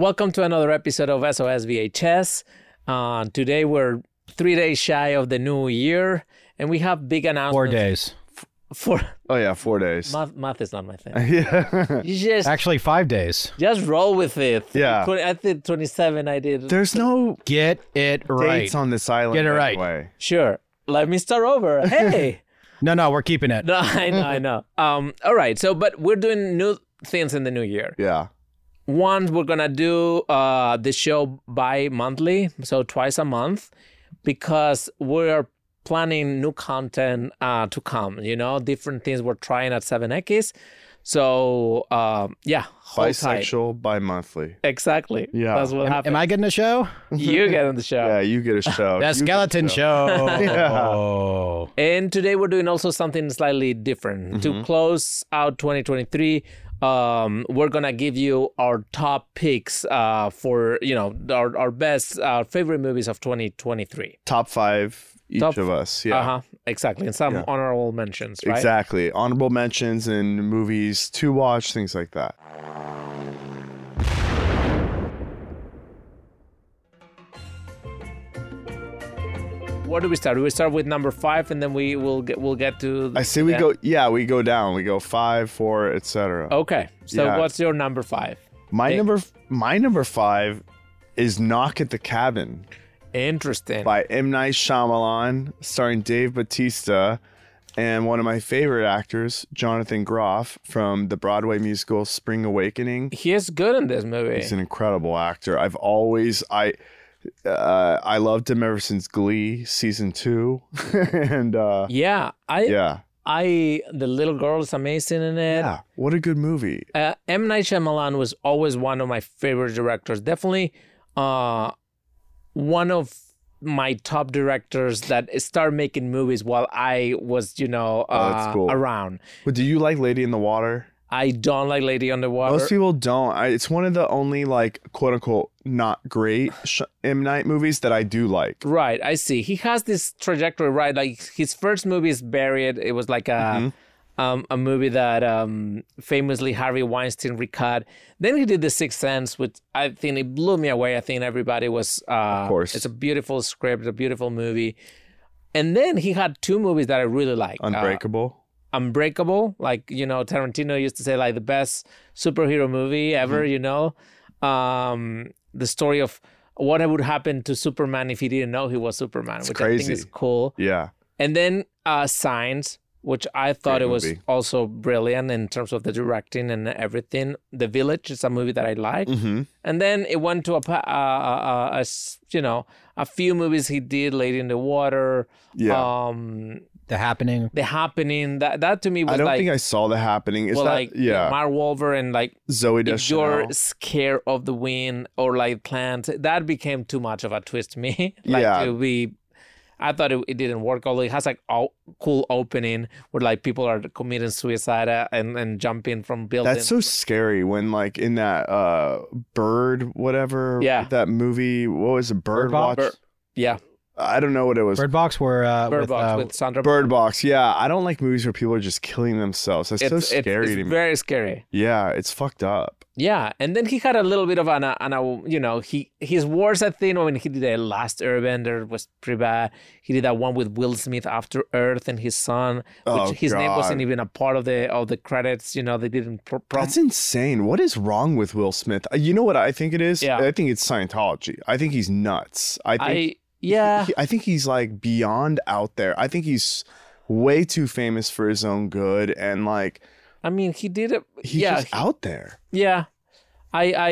Welcome to another episode of SOS VHS. Uh, today we're three days shy of the new year, and we have big Four announcements. days. For Oh yeah, four days. math, math is not my thing. yeah. You just Actually, five days. just roll with it. Yeah. Twen- I think twenty seven. I did. There's no Get it right. dates on this island. Get it right. Anyway. sure. Let me start over. Hey. no, no, we're keeping it. no, I know. I know. Um. All right. So, but we're doing new things in the new year. Yeah. One, we're gonna do uh the show bi monthly, so twice a month, because we're planning new content uh to come. You know, different things we're trying at Seven X. So uh, yeah, hold tight. Bisexual, bi-monthly. Exactly. Yeah. that's what Am, happened. am I getting a show? you get on the show. Yeah, you get a show. That You get a skeleton show. Oh. Yeah. And today we're doing also something slightly different. Mm-hmm. To close out 2023, um, we're gonna give you our top picks uh, for you know our, our best our favorite movies of 2023. Top five each Top- of us. Yeah. Uh huh. Exactly. And some honorable mentions, right? Exactly. Honorable mentions and movies to watch, things like that. Where do we start? Do we start with number five, and then we will get we'll get to. I say we yeah. Oh, go. Yeah, we go down. We go five, four, etc. Okay. So Yeah. what's your number five? my number, my number five is "Knock at the Cabin" Interesting. by M Night Shyamalan, starring Dave Bautista and one of my favorite actors, Jonathan Groff, from the Broadway musical Spring Awakening. He is good in this movie. He's an incredible actor. I've always I uh, I loved him ever since Glee season two, and uh, yeah. I yeah, I the little girl is amazing in it. yeah, what a good movie. uh, M Night Shyamalan was always one of my favorite directors. Definitely, uh, one of my top directors that started making movies while I was, you know, Oh, uh, that's cool. around. But do you like Lady in the Water? I don't like Lady on the Water. Most people don't. I, it's one of the only like quote unquote not great Sh- M Night movies that I do like. Right, I see. He has this trajectory, right? Like his first movie is Buried. It was like a Mm-hmm. um, a movie that um, famously Harvey Weinstein recut. Then he did The Sixth Sense, which I think it blew me away. I think everybody was. Uh, of course. it's a beautiful script, a beautiful movie. And then he had two movies that I really like. uh, Unbreakable. Unbreakable, like you know, Tarantino used to say like the best superhero movie ever, Mm-hmm. you know. Um the story of what would happen to Superman if he didn't know he was Superman, which I crazy. think is cool. yeah. And then uh Signs, which I thought Great it was movie. also brilliant in terms of the directing and everything. The Village is a movie that I like. Mm-hmm. And then it went to a, pa- uh, uh, uh, a s- you know, a few movies he did, Lady in the Water, Yeah. um, The happening. The Happening. That that to me was I don't like think I saw the happening. Is well, that like yeah? Mark Wolver and like Zoe if you're Deschanel. scared of the wind or like plant, that became too much of a twist to me. like Yeah. it would be I thought it, it didn't work. Although it has like a cool opening where like people are committing suicide uh, and and jumping from buildings. That's so scary when like in that uh bird whatever Yeah. that movie what was it bird, Bird watch Box? Bir- yeah, I don't know what it was bird, Bird Box were uh, Bird with, Box uh, with Sandra. box yeah I don't like movies where people are just killing themselves that's so scary it's to me very scary. yeah it's fucked up Yeah, and then he had a little bit of an, uh, an uh, you know, he his worst I think when he did the last Airbender was pretty bad. He did that one with Will Smith after Earth and his son, which Oh, his name wasn't God. even a part of the of the credits. You know, they didn't pro- prom- that's insane what is wrong with Will Smith Uh, you know what I think it is Yeah. I think it's Scientology I think he's nuts I think I yeah, he- I think he's like beyond out there I think he's way too famous for his own good and like I mean he did it. he's yeah, just he- out there yeah. I I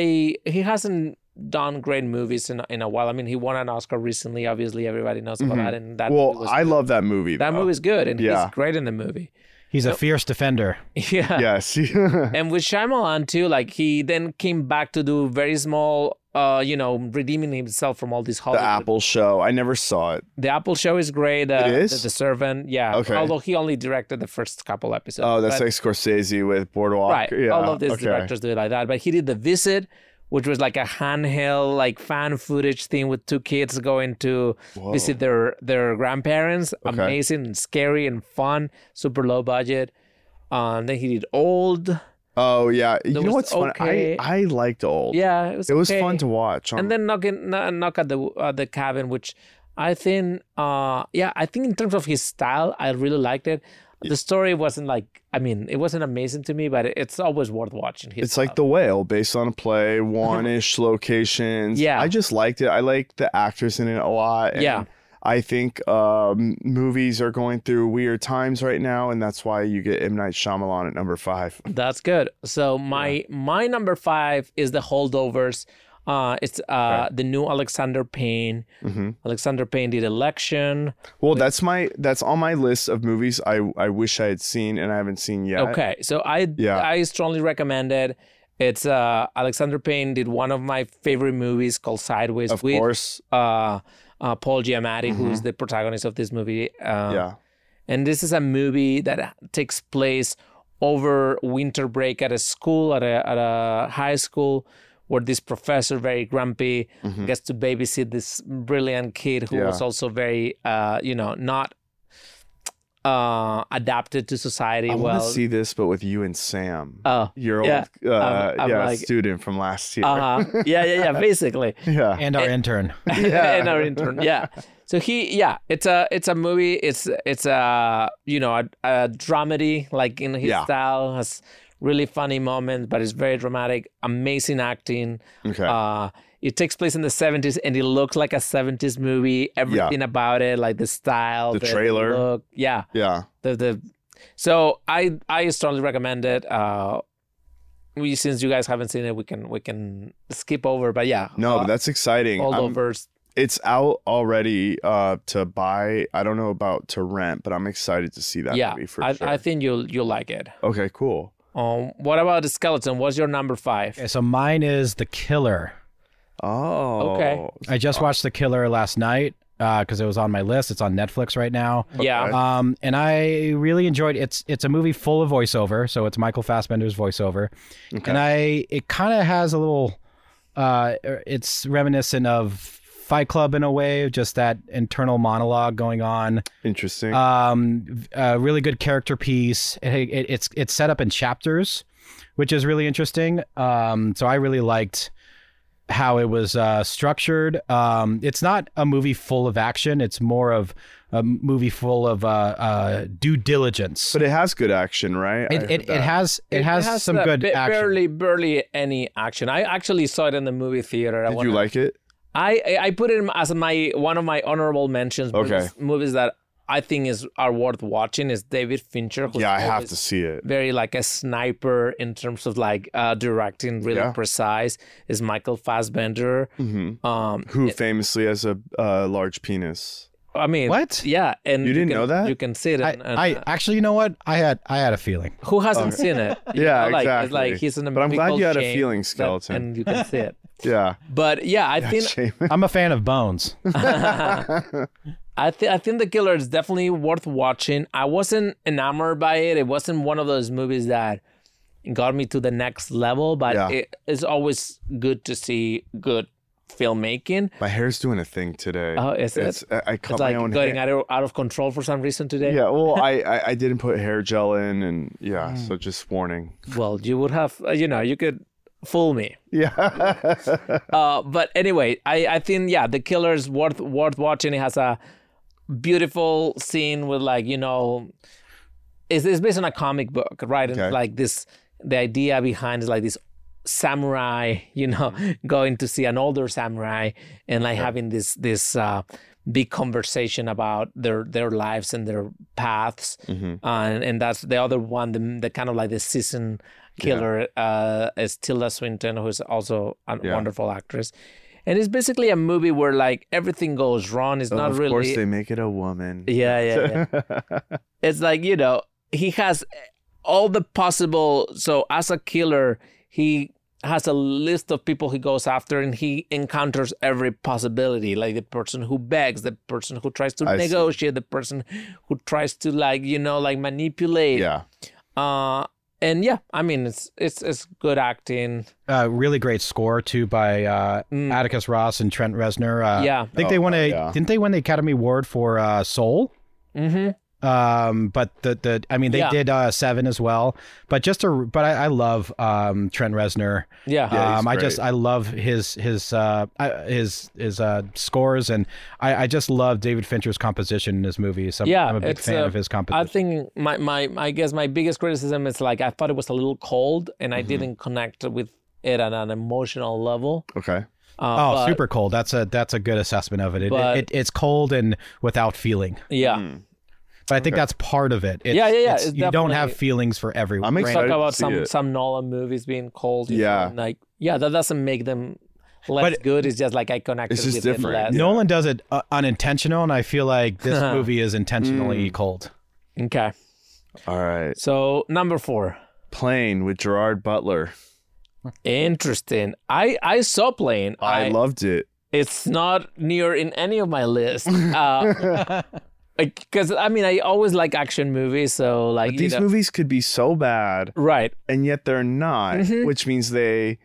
he hasn't done great movies in in a while. I mean he won an Oscar recently. Obviously everybody knows about Mhm. that, and that well movie was, I love that movie that though. movie is good, and Yeah. he's great in the movie. He's a fierce defender. Yeah. yes and with Shyamalan too, like he then came back to do very small, uh, you know, redeeming himself from all these Hollywood. the Apple show. I never saw it. The Apple show is great. Uh, It is? The, The Servant, yeah. Okay. Although he only directed the first couple episodes. Oh, that's but, like Scorsese with Boardwalk. right. Yeah. all of these okay. directors do it like that. But he did The Visit, which was like a handheld, like fan footage thing with two kids going to Whoa. visit their their grandparents. Okay. Uh, Amazing, and scary, and fun. Super low budget. Um, then he did Old. Oh yeah, you There know was what's funny? okay- I I liked old. Yeah, it was. it was okay. fun to watch. and then knock in, kno- knock at the uh, the cabin, which I think, uh, yeah, I think in terms of his style, I really liked it. The story wasn't like, I mean, it wasn't amazing to me, but it- it's always worth watching. His it's like the whale, based on a play, one-ish locations. Yeah. I just liked it. I liked the actors in it a lot. and Yeah. I think um, movies are going through weird times right now, and that's why you get M Night Shyamalan at number five. That's good. So my my number five is the holdovers. Uh, it's uh the new Alexander Payne. Alexander Payne did election. Mm-hmm. Well, that's my that's on my list of movies I I wish I had seen and I haven't seen yet. Okay, so I Yeah. I strongly recommend it. It's uh Alexander Payne did one of my favorite movies called Sideways Of with course. uh, uh Paul Giamatti, who's the protagonist of this movie. Uh, Mm-hmm. yeah. And this is a movie that takes place over winter break at a school, at a, at a high school, where this professor, very grumpy, gets to babysit this brilliant kid who Mm-hmm. Yeah. was also very, uh, you know, not uh, adapted to society I well. want to see this, but with you and Sam, Oh, your yeah. old uh, I'm- I'm yeah like- student from last year. uh-huh. yeah, yeah, yeah, basically. Yeah. and our intern. Yeah. and our intern. Yeah. So he, yeah, it's a it's a movie. It's it's a you know a, a dramedy like in his Yeah. style has really funny moments, but it's very dramatic. Amazing acting. okay. Uh, it takes place in the seventies, and it looks like a seventies movie. Everything about it, like the style, The trailer. look, yeah, yeah. the the. So I I strongly recommend it. Uh, we since you guys haven't seen it, we can we can skip over. But yeah, uh, No, but that's exciting. all I'm- over It's out already uh, to buy. I don't know about to rent, but I'm excited to see that yeah, movie for I, sure. I think you'll you'll like it. okay, cool. Um, what about the skeleton? What's your number five? Okay, so mine is The Killer. Oh. Okay. I just watched The Killer last night because it was on my list. It's on Netflix right now. Yeah, Um, and I really enjoyed it's it's a movie full of voiceover, so it's Michael Fassbender's voiceover, Okay. and I it kind of has a little, uh, it's reminiscent of Fight Club in a way, just that internal monologue going on. Interesting. Um, v- a really good character piece. It, it, it's it's set up in chapters, which is really interesting. Um, so I really liked how it was uh, structured. Um, it's not a movie full of action. It's more of a movie full of uh, uh, due diligence. but it has good action, right? I it, heard it, it that. has it has, some uh, good ba- action. Barely, barely any action. I actually saw it in the movie theater. I Did wanna- you like it? I I- I put it as my one of my honorable mentions. but Okay. it's Movies that I think is are worth watching is David Fincher. Who's Yeah, I have always to see it. Very like a sniper in terms of like uh, directing, really Yeah. precise. Is Michael Fassbender. Mhm. Um, Who famously has a uh, large penis? I mean, What? Yeah, and You didn't can- know that? you can see it. I, and- uh, and, I actually, you know what? I had I had a feeling. Who hasn't seen it? You Yeah, like, It's exactly. like he's in a But I'm big glad old you had a chain feeling, that- skeleton. and you can see it. Yeah. But yeah, I think Shame. I'm a fan of Bones. I think I think the killer is definitely worth watching. I wasn't enamored by it. It wasn't one of those movies that got me to the next level. But Yeah. it, it's always good to see good filmmaking. My hair's doing a thing today. Oh, is it? It's, I, I cut It's my like own going hair. out of, out of control for some reason today. Yeah, well, I, I I didn't put hair gel in, and yeah, Mm. so just warning. Well, you would have, uh, you know, you could fool me. Yeah, Uh, but anyway, I, I think yeah, the killer is worth worth watching. It has a beautiful scene with like you know, it's, it's based on a comic book, right? And Okay. like this, the idea behind is like this samurai, you know, going to see an older samurai and like having this this uh, big conversation about their their lives and their paths, Mm-hmm. uh, and, and that's the other one, the, the kind of like the season killer uh, is Tilda Swinton, who's also a Yeah. wonderful actress. And it's basically a movie where like everything goes wrong. It's not of really course they make it a woman. yeah, yeah, yeah. it's like, you know, he has all the possible. So, as a killer, he has a list of people he goes after and he encounters every possibility like the person who begs, the person who tries to I see. negotiate, the person who tries to, like, you know, like manipulate. yeah. Uh, and yeah, I mean, it's it's it's good acting. Uh, really great score too by uh, Mm. Atticus Ross and Trent Reznor. Uh, yeah. I think they Oh, won a yeah. didn't they win the Academy Award for uh, Soul? Mm-hmm. Um, but the the I mean they Yeah. did uh, seven as well. But just a but I, I love um, Trent Reznor. Yeah. Yeah. he's um, I just great. I love his his uh, I- his his uh, scores and I, I just love David Fincher's composition in his movies. I'm, Yeah, I'm a big it's, uh, fan of his I composition. think my, my I guess my biggest criticism is like I thought it was a little cold and Mm-hmm. I didn't connect with it on an emotional level. Okay. Uh, oh, but- super cold. That's a that's a good assessment of it. It, But- it it's cold and without feeling. Yeah. Hmm. Mm-hmm. But I think that's part of it. It's, Yeah, yeah, yeah, it's- it's you don't have definitely- feelings for everyone. I'm Talk excited to about see some it. some Nolan movies being cold. you know, Yeah. and, like yeah, that doesn't make them less But- good. It's just like I connected It's just with different, it less. yeah. Nolan does it uh, unintentional, and I feel like this movie is intentionally Hmm. cold. Okay. All right. So number four. Plane with Gerard Butler. Interesting. I I saw plane. I, loved it. it's not near in any of my list. Uh, because I mean, I always like action movies, so like you These know- movies could be so bad, right? and yet they're not, Mm-hmm. which means they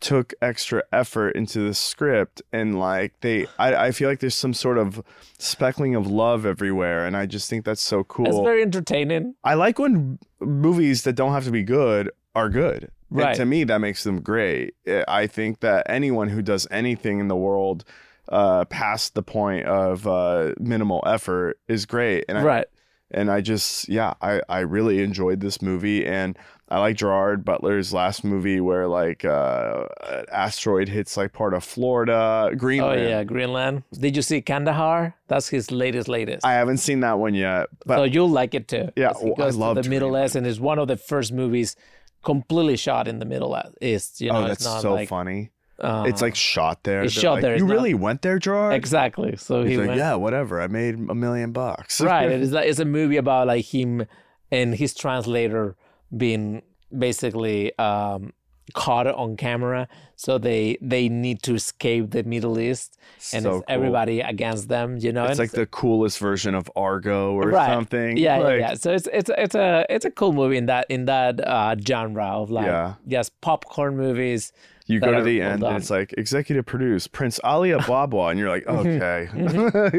took extra effort into the script and like they I, I feel like there's some sort of speckling of love everywhere and I just think that's so It's cool. very entertaining. I like when movies that don't have to be good are good. And Right. to me, that makes them great. I I think that anyone who does anything in the world uh, past the point of uh, minimal effort is great. And I, right. and I just, yeah, I, I really enjoyed this movie. And I like Gerard Butler's last movie where like uh, an asteroid hits like part of Florida, Oh Greenland. yeah, Greenland. Did you see Kandahar? That's his latest latest. I haven't seen that one yet, but so you'll like it too. Yeah, because he well, I goes to loved the Middle East, and it's one of the first movies completely shot in the Middle East. You know, oh, that's it's not so like funny. uh, it's like shot there. it's They're shot like, there, You it's not- really went there, Gerard? exactly. So he He's like, went yeah, whatever. I made a million bucks. right. It's like, it's a movie about like him and his translator being basically um, caught on camera, so they they need to escape the Middle East, and So it's cool. everybody against them. You know, It's and like the coolest version of Argo or Right. something. yeah, Like, yeah, yeah. So it's it's it's a it's a cool movie in that in that uh, genre of like Yeah. yes popcorn movies. You go That to are the well end done. and it's like executive produced Prince Ali Ababa, and you're like, Mm-hmm. okay,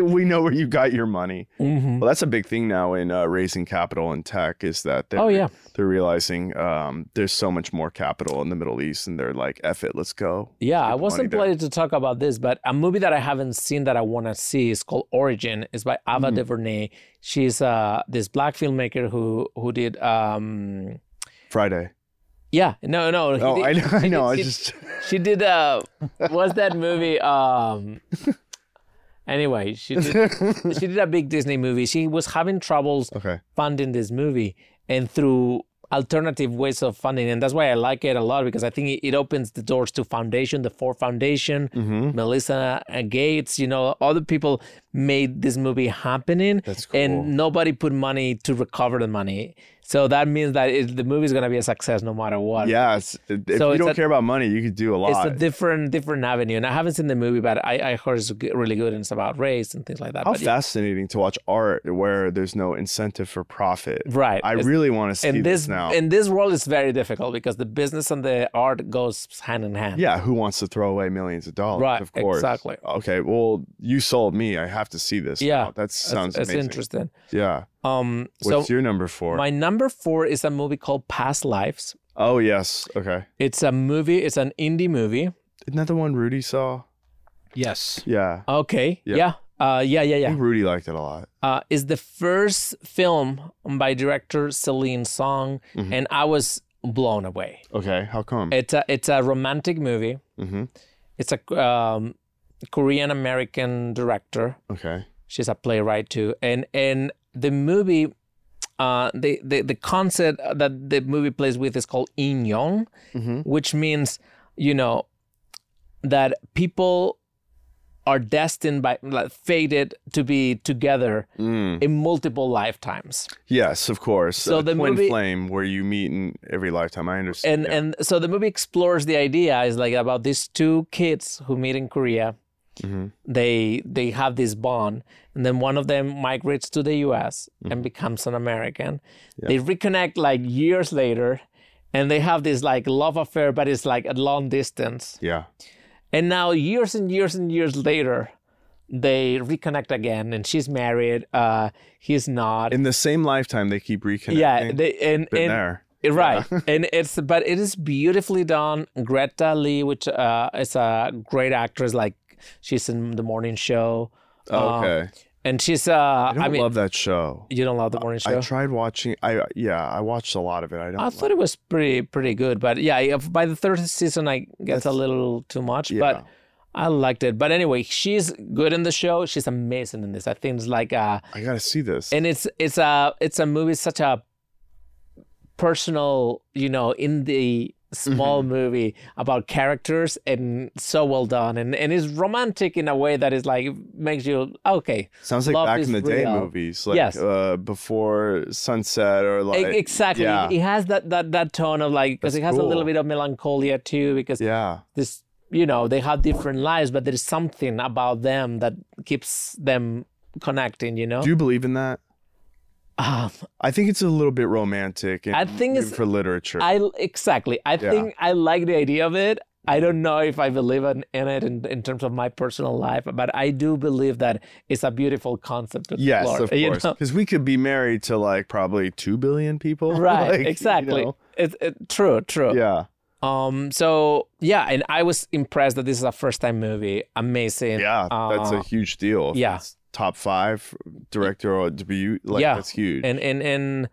we know where you got your money. Mhm. Well, that's a big thing now in uh, raising capital in tech is that they're, Oh, yeah. they're realizing um, there's so much more capital in the Middle East, and they're like, F it, let's go. Yeah, I Get the money wasn't there. planning to talk about this, but a movie that I haven't seen that I want to see is called Origin. It's by Ava Mm-hmm. DuVernay. She's uh this black filmmaker who who did um Friday. yeah no no he Oh, did- I know. I she know. I did- she- just she did uh what's that movie um anyway she did, she did a big Disney movie. She was having troubles okay. funding this movie and through alternative ways of funding and that's why i like it a lot because i think it, it opens the doors to foundation the ford foundation Mm-hmm. melissa uh, gates you know other people made this movie happening That's cool. and nobody put money to recover the money so that means that it, the movie is going to be a success no matter what Yeah. It's, if So you it's don't a- care about money, you could do a lot. it's a different different avenue and i haven't seen the movie but i, I heard it's g- really good and it's about race and things like that How but yeah. fascinating to watch art where there's no incentive for profit. Right. I It's- really want to see and this, this now. and this world is very difficult because the business and the art goes hand in hand yeah, who wants to throw away millions of dollars? Right, Of course. exactly. Okay. Well, you sold me. I have to see this. Yeah, Now. That sounds it's, it's amazing. interesting. Yeah. Um, What's so your number four? my number four is a movie called Past Lives. oh yes. Okay. It's a movie. It's an indie movie. Isn't that the one Rudy saw? Yes. Yeah. Okay. Yeah. Yeah. Uh, yeah. Yeah. I Yeah. think Rudy liked it a lot. Uh, is the first film by director Celine Song, Mhm. and I was blown away. Okay. How come? It's a it's a romantic movie. mm-hmm. It's a um, Korean American director. Okay. she's a playwright too and and the movie uh the the, the concept that the movie plays with is called inyon Mm-hmm. which means you know that people are destined by like, fated to be together Mm. in multiple lifetimes Yes, of course. So Uh, the twin movie- flame where you meet in every lifetime. I understand. and and so the movie explores the idea is like about these two kids who meet in korea Mhm. they they have this bond and then one of them migrates to the us Mm-hmm. and becomes an american they reconnect like years later and they have this like love affair but it's like at long distance yeah. and now years and years and years later they reconnect again, and she's married. Uh, he's not. In the same lifetime, they keep reconnecting. yeah, they, and, been and there. right and it's but it is beautifully done greta lee which uh, is a great actress like she's in the morning show Oh, um, okay, and she's uh I i, don't mean love that show. you don't love the morning show I tried watching. I yeah, I watched a lot of it. I don't. I like- thought it was pretty pretty good, but yeah, if- by the third season, I gets a little too much, Yeah. but I liked it. But anyway, she's good in the show. She's amazing in this. I think it's like uh, I gotta see this. and it's it's a it's a movie such a personal you know in the small Mm-hmm. movie about characters and so well done and and is romantic in a way that is like makes you okay e-, Sounds like Love back is in the day Real. movies, like Yes. uh, before sunset or E- like exactly yeah. it has that that that tone of like because That's it has a little cool. bit of melancholia too because yeah. this you know they have different lives but there's something about them that keeps them connecting you know Do you believe in that? um, I think it's a little bit romantic. And I think it's- for literature. I exactly. I Yeah. think I like the idea of it. I don't know if I believe in, in it in, in terms of my personal life, but I do believe that it's a beautiful concept. To yes, explore, of you course, know? because we could be married to like probably two billion people. Right, like, you exactly. know? It's it, true, true. Yeah, Um. So yeah, and I was impressed that this is a first time movie. Amazing. yeah, that's a Uh, huge deal. If yeah. it's top five director or debut, like Yeah. that's huge. and and and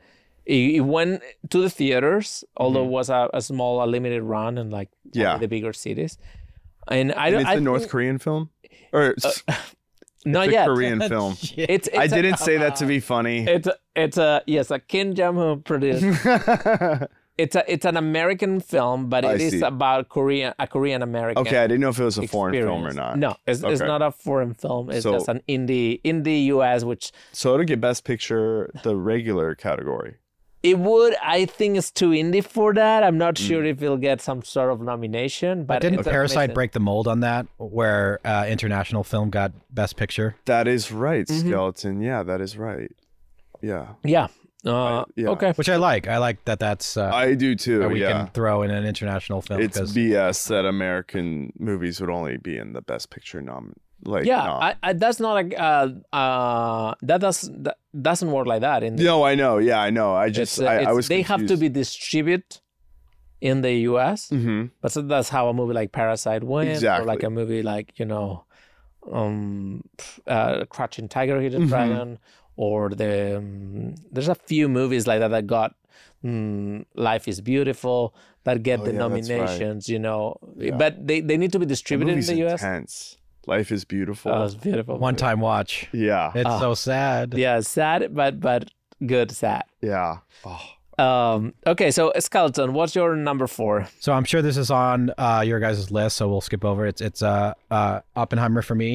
it, it went to the theaters, although it was a, a small, a limited run in like only Mm-hmm. Yeah. the bigger cities. And I And don't. it's I a North think- Uh, Korean film, or it's not a yet. Korean film. It's, it's I a- didn't say that to be funny. It's a, it's a yes, a Kim Jong Un produced. okay, It's a it's an American film, but I it is see. about Korean a Korean American. I didn't know if it was a foreign film or not. No, it's, it's Okay. not a foreign film. It's So- just an indie indie US, which So it'll get Best Picture, the regular category. it would I think it's too indie for that. I'm Hmm. not sure if it'll get some sort of nomination, but Didn't it's Parasite amazing. break the mold on that, where uh, international film got Best Picture? That is right, Mm-hmm. Skeleton. Yeah, that is right. Yeah, Yeah. Uh, yeah. Okay. Which I like. I like that. That's uh, I do that too. we Yeah, can throw in an international film. it's 'cause- BS that American movies would only be in the Best Picture nom. Like, Yeah, nom. I, I, that's not a uh, uh, that does that doesn't work like that in the no, I know. Yeah, I know. I It's, just, uh, I, I it's- was. they have to be distributed in the US, hmm but so that's how a movie like Parasite went, or like Exactly. a movie like you know, um, pff, uh, Crouching Tiger, Hidden Mhm. Dragon, or the um, there's a few movies like that that got mm, Life is Beautiful that get Oh, the yeah, that's right. nominations, you know, Yeah. but they they need to be distributed in the movie's US. intense. Life is beautiful. Oh, it's beautiful. one time watch. yeah, It's Ah. so sad. yeah, sad but but good sad. yeah. Oh, Um, okay, so Skeleton, what's your number four? So I'm sure this is on uh, your guys' list, so we'll skip over. it. It's it's uh, uh, Oppenheimer for me,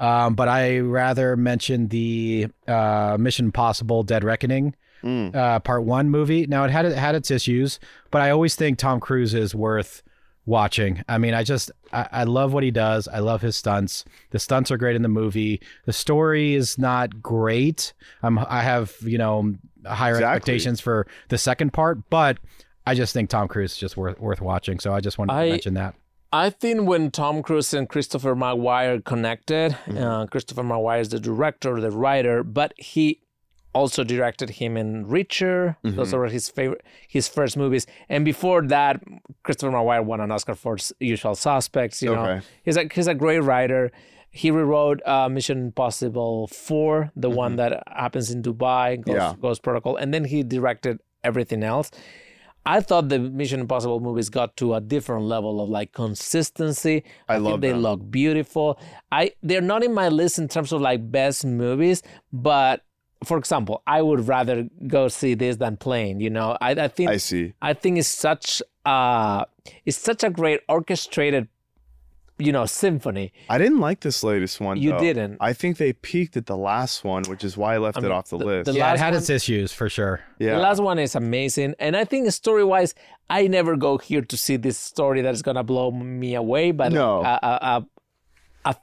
um, but I rather mention the uh, Mission Impossible: Dead Reckoning Mm. uh, Part One movie. Now it had it had its issues, but I always think Tom Cruise is worth watching. I mean, I just I, I love what he does. I love his stunts. The stunts are great in the movie. The story is not great. I'm I have you know higher Exactly. expectations for the second part, but I just think Tom Cruise is just worth worth watching. So I just wanted I- to mention that. I think when Tom Cruise and Christopher Maguire connected, Mm-hmm. uh, Christopher Maguire is the director, the writer, but he also directed him in Reacher. Mm-hmm. Those were his favorite, his first movies. And before that, Christopher Maguire won an Oscar for S- Usual Suspects. You know, Okay. he's a he's a great writer. He rewrote uh, Mission Impossible Four, the one that happens in Dubai, Ghost, Mm-hmm. Yeah. Ghost Protocol, and then he directed everything else. I thought the Mission Impossible movies got to a different level of like consistency. I think love they them. look beautiful. I they're not in my list in terms of like best movies, but for example, I would rather go see this than Plane. You know, I, I think I see. I think it's such uh it's such a great orchestrated, you know, symphony. I didn't like this latest one. You though. didn't. I think they peaked at the last one, which is why I left I it mean, off the, the- list. the- yeah, it last had one- its issues for sure. yeah. The last one is amazing, and I think story wise, I never go here to see this story that's gonna blow me away. But like, No. a, a, a, a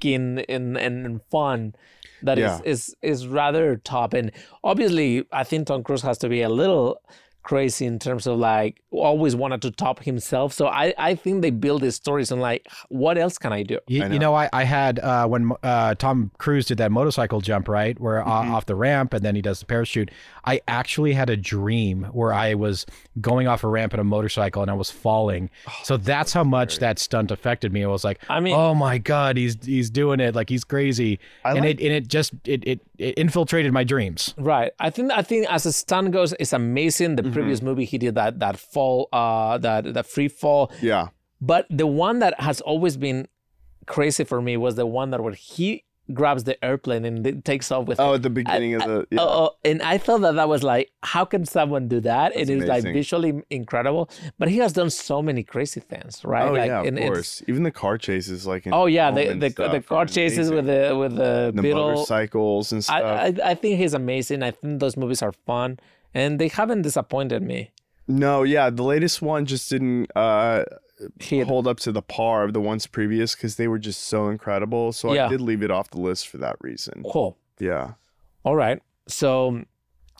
filmmaking and, and and fun that is Yeah. is is rather top. And obviously, I think Tom Cruise has to be a little crazy in terms of like always wanted to top himself. So I, I think they build these stories on like what else can I do? You, I you know, I, I had uh, when uh, Tom Cruise did that motorcycle jump, right, where uh, off the ramp and then he does the parachute. I actually had a dream where I was going off a ramp in a motorcycle and I was falling. so that's how much that stunt affected me. I was like, I mean- oh my god, he's he's doing it, like he's crazy, I and like- it and it just it, it it infiltrated my dreams. Right. I think I think as a stunt goes, it's amazing. The Mm-hmm. previous movie he did that that fall, uh, that that free fall. Yeah. But the one that has always been crazy for me was the one that where he grabs the airplane and it takes off with. Oh, him. at the beginning of the. Yeah. Oh, oh, and I thought that that was like, how can someone do that? it That's is like amazing. visually incredible, but he has done so many crazy things, right? Oh like, yeah, of and it's- course. Even the car chases, like in Oh yeah, Home the and the, stuff the are car chases amazing. with the with the, the Beetle. motorcycles and I, stuff. I I think he's amazing. I think those movies are fun, and they haven't disappointed me. no, yeah, the latest one just didn't uh, Hit. hold up to the par of the ones previous because they were just so incredible. So Yeah. I did leave it off the list for that reason. Cool. Yeah. All right. So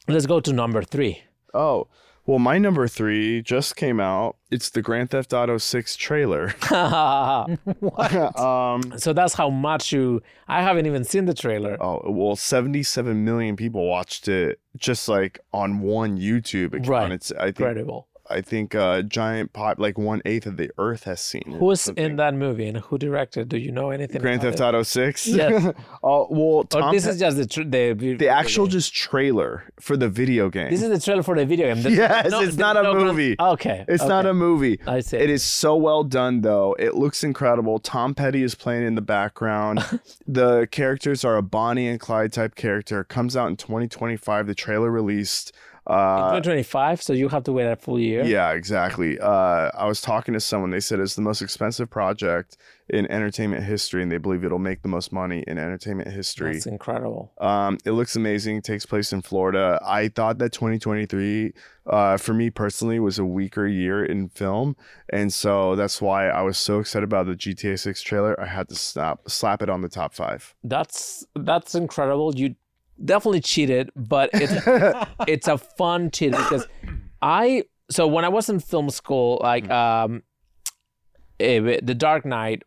let's go to number three. Oh, well, my number three just came out. It's the Grand Theft Auto Six trailer. so um, that's how much you. I haven't even seen the trailer. oh well, seventy-seven million people watched it just like on one YouTube account. Right. It's I think Incredible. I think uh, giant pop like one eighth of the Earth has seen. it or Who's something. in that movie and who directed? Do you know anything? Grand about Theft it? Auto Six? Yes. oh well, Or Tom this Ha- is just the tr- the the actual just trailer for the video game. This is the trailer for the video game. The- Yes, it's the- not a Grand- movie. Okay, It's not a movie. I see. It is so well done, though. It looks incredible. Tom Petty is playing in the background. the characters are a Bonnie and Clyde type character. Comes out in 2025. The trailer released. Uh, 2025, so you have to wait a full year. yeah, exactly. Uh, I was talking to someone. They said it's the most expensive project in entertainment history, and they believe it'll make the most money in entertainment history. That's incredible. Um, it looks amazing. It takes place in Florida. I thought that 2023, uh, for me personally, was a weaker year in film, and so that's why I was so excited about the GTA 6 trailer. I had to snap, slap it on the top five. That's that's incredible. You definitely cheated, but it's it's a fun cheat because I so when I was in film school, like um, eh, the Dark Knight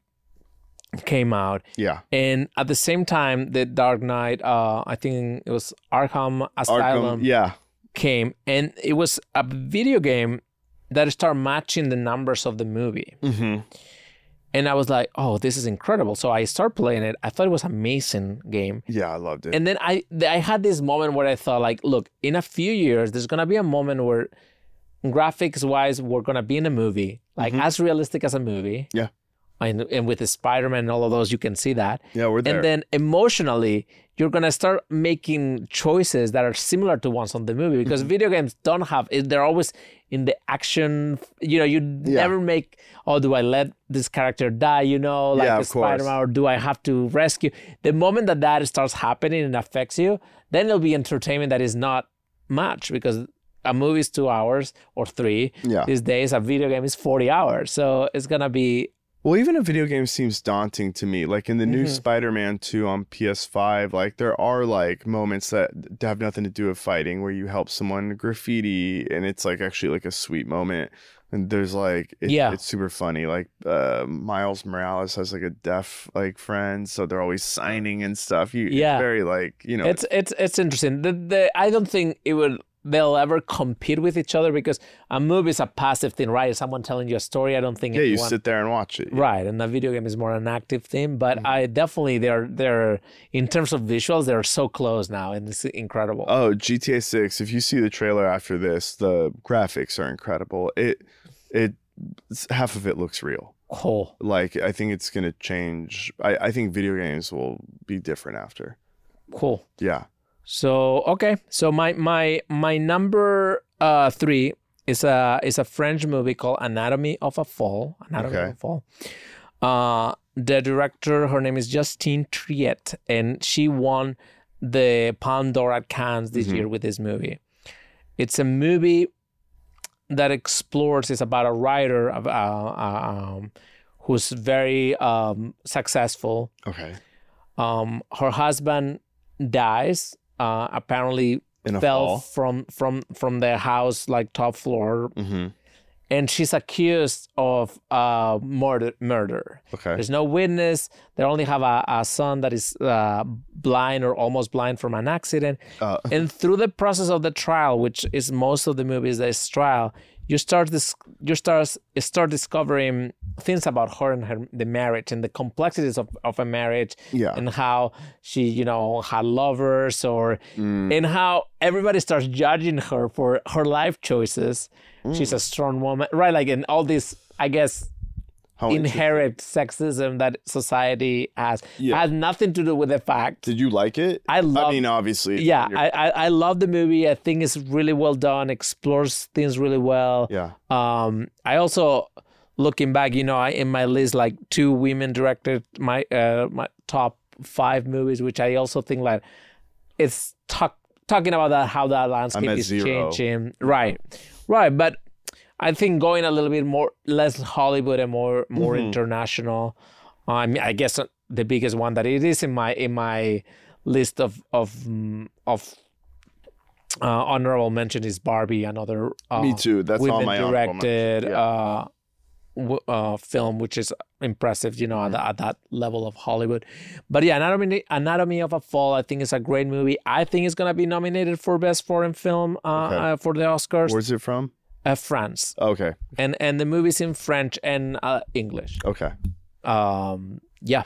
came out, yeah, and at the same time, the Dark Knight, uh, I think it was Arkham Asylum, Arkham. Yeah, came, and it was a video game that started matching the numbers of the movie. mm-hmm. And I was like, oh, this is incredible. So I started playing it. I thought it was amazing game. yeah, I loved it. And then I th- I had this moment where I thought like, look, in a few years there's gonna be a moment where graphics wise we're gonna be in a movie like as realistic as a movie. Yeah. And, and with the Spider-Man and all of those, you can see that. yeah, we're there. And then emotionally, you're gonna start making choices that are similar to ones on the movie because Mm-hmm. video games don't have. it- They're always in the action. You know, you never make. Oh, do I let this character die? You know, like Yeah, the of course. Spider-Man, or do I have to rescue? The moment that that starts happening and affects you, then it'll be entertainment that is not much because a movie is two hours or three. Yeah. These days, a video game is forty hours, so it's gonna be Well, even a video game seems daunting to me. Like in the new Mhm. Spider-Man 2 on PS5, like there are like moments that d- have nothing to do with fighting where you help someone graffiti and it's like actually like a sweet moment. And there's like it- Yeah. it's super funny. Like uh Miles Morales has like a deaf like friend, so they're always signing and stuff. You it's Yeah. very like, you know, It's it's it's interesting. The, the I don't think it would they'll ever compete with each other because a movie is a passive thing, right? It's someone telling you a story. I don't think yeah, you anyone- sit there and watch it. right, and a video game is more an active thing. But Mm-hmm. I definitely they're they're in terms of visuals, they're so close now, and it's incredible. Oh, GTA 6. If you see the trailer after this, the graphics are incredible. It it half of it looks real. cool. like I think it's gonna change. I, I think video games will be different after. Cool. Yeah. So okay, so my my my number uh, three is a is a French movie called Anatomy of a Fall. Anatomy Okay. of a Fall. Uh, the director, her name is Justine Triet, and she won the Palme d'Or at Cannes this Mhm. year with this movie. It's a movie that explores. It's about a writer of, uh, uh, um, who's very um, successful Okay. um, her husband dies uh, apparently in a fell fall. from from from their house like top floor hmm and she's accused of uh murder murder Okay. there's no witness they only have a, a son that is uh, blind or almost blind from an accident Uh, and through the process of the trial which is most of the movies this trial you start this you start start discovering things about her and her the marriage and the complexities of, of a marriage yeah. and how she you know had lovers or Mm. and how everybody starts judging her for her life choices she's a Mm. strong woman right like in all this i guess Oh, How interesting. inherent sexism that society has Yeah. has nothing to do with the fact. Did you like it? I love. I mean, obviously. yeah, you're- I, I I love the movie. I think it's really well done. Explores things really well. yeah. Um, I also looking back, you know, I in my list like two women directed my uh my top five movies, which I also think like it's talk, talking about that how that landscape at is zero. changing, right, right. But I think going a little bit more less Hollywood and more more Mm-hmm. international. I mean, I guess uh, the biggest one that it is in my in my list of of mm, of uh, honorable mention is Barbie, another uh, Me too. That's all women my honorable mention. directed Yeah. uh, w- uh, film, which is impressive, you know, at, Mm-hmm. the- at that level of Hollywood. But yeah, Anatomy Anatomy of a Fall, I think is a great movie. I think it's gonna be nominated for best foreign film uh, Okay. uh, for the Oscars, Where's it from? uh, France, Okay. and and the movie's in French and uh, English. Okay. Um, yeah.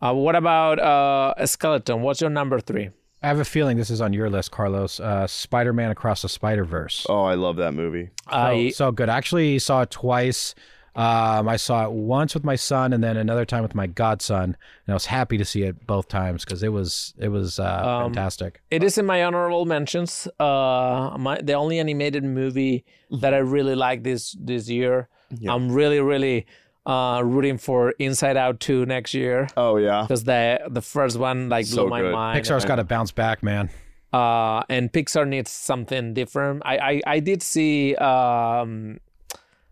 Uh, what about uh, Skeleton? What's your number three? I have a feeling this is on your list, Carlos. Uh, Spider Man Across the Spider Verse. Oh, I love that movie. I Oh, so good. I actually saw it twice. Um, I saw it once with my son, and then another time with my godson. And I was happy to see it both times because it was it was uh, Um, fantastic. It is in my honorable mentions. Uh, my the only animated movie that I really like this this year. Mm-hmm. Yeah. I'm really really uh, rooting for Inside Out 2 next year Oh yeah. because the the first one like So blew my good. mind. Pixar's got to bounce back, man. uh, and Pixar needs something different. I I, I did see um,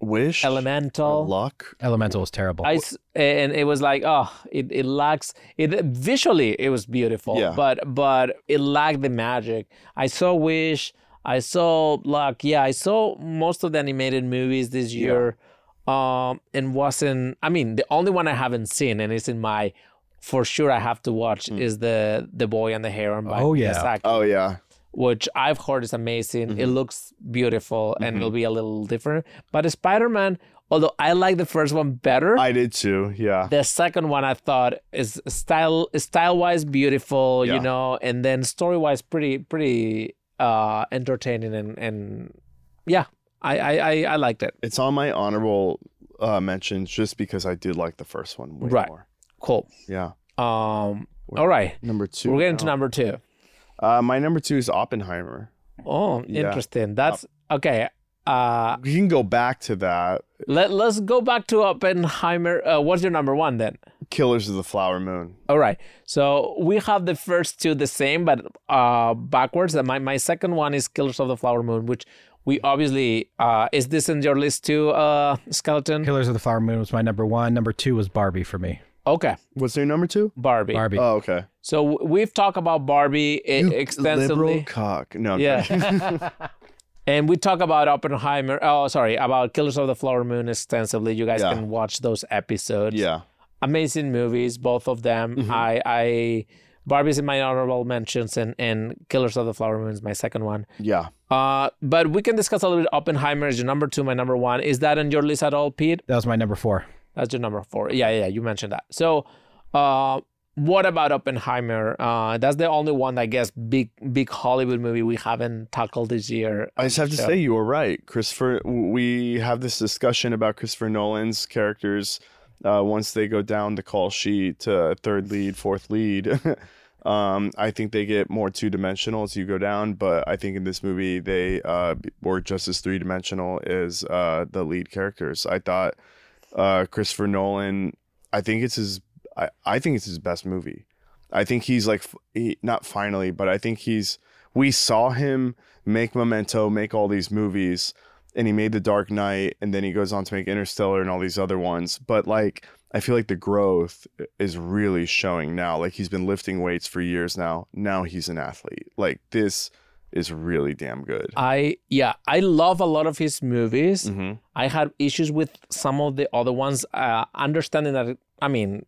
Wish. Elemental. Luck. Elemental was terrible. I s- and it was like oh it, it lacks it visually it was beautiful Yeah. but but it lacked the magic i saw wish i saw luck yeah i saw most of the animated movies this year um and wasn't i mean the only one i haven't seen and it's in my for sure i have to watch is the the boy and the heron by Oh, yeah. Miyazaki, Oh yeah. which i've heard is amazing it looks beautiful and it'll be a little different but spider-man although i like the first one better I did too. Yeah. the second one I thought is style style wise beautiful, Yeah. you know, and then story wise pretty pretty uh entertaining and and yeah, I I I, I liked it. It's on my honorable uh, mentions just because I did like the first one way Right. more. Cool. Yeah. Um. All right, Number 2 we're getting to now. number two. Uh, my number two is Oppenheimer. Oh, Yeah. interesting. That's okay. Uh, We can go back to that. let let's go back to Oppenheimer. Uh, what's your number one then? Killers of the Flower Moon. All right. So we have the first two the same, but uh, backwards. And my, my second one is Killers of the Flower Moon, which we obviously uh, is this in your list too, uh, Skeleton? Killers of the Flower Moon was my number one. Number two was Barbie for me. Okay, What's their number two? Barbie. Barbie. Oh, okay. So w- we've talked about Barbie e- You Liberal extensively. cock. No. I'm kidding. Yeah. and we talk about Oppenheimer. Oh, sorry, about Killers of the Flower Moon extensively. You guys Yeah. can watch those episodes. Yeah. amazing movies, both of them. I, I, Barbie's in my honorable mentions, and and Killers of the Flower Moon is my second one. Yeah. Uh, but we can discuss a little bit. Oppenheimer is your number two, my number one. Is that on your list at all, Pete? That was my number four. That's your number four. Yeah, yeah, yeah, you mentioned that. So, uh, what about Oppenheimer? Uh, that's the only one, I guess, big big Hollywood movie we haven't tackled this year. I just have to Yeah. say you were right, Christopher. We have this discussion about Christopher Nolan's characters uh, once they go down the call sheet to third lead, fourth lead. um, I think they get more two dimensional as you go down, but I think in this movie they uh, were just as three dimensional as uh, the lead characters. I thought uh, Christopher Nolan. I think it's his. I, I think it's his best movie. I think he's like f- he, not finally, but I think he's. We saw him make Memento, make all these movies, and he made The Dark Knight, and then he goes on to make Interstellar and all these other ones. But like, I feel like the growth is really showing now. Like he's been lifting weights for years now. Now he's an athlete. Like this is really damn good. I yeah, I love a lot of his movies. hmm I had issues with some of the other ones. Uh, understanding that, I mean,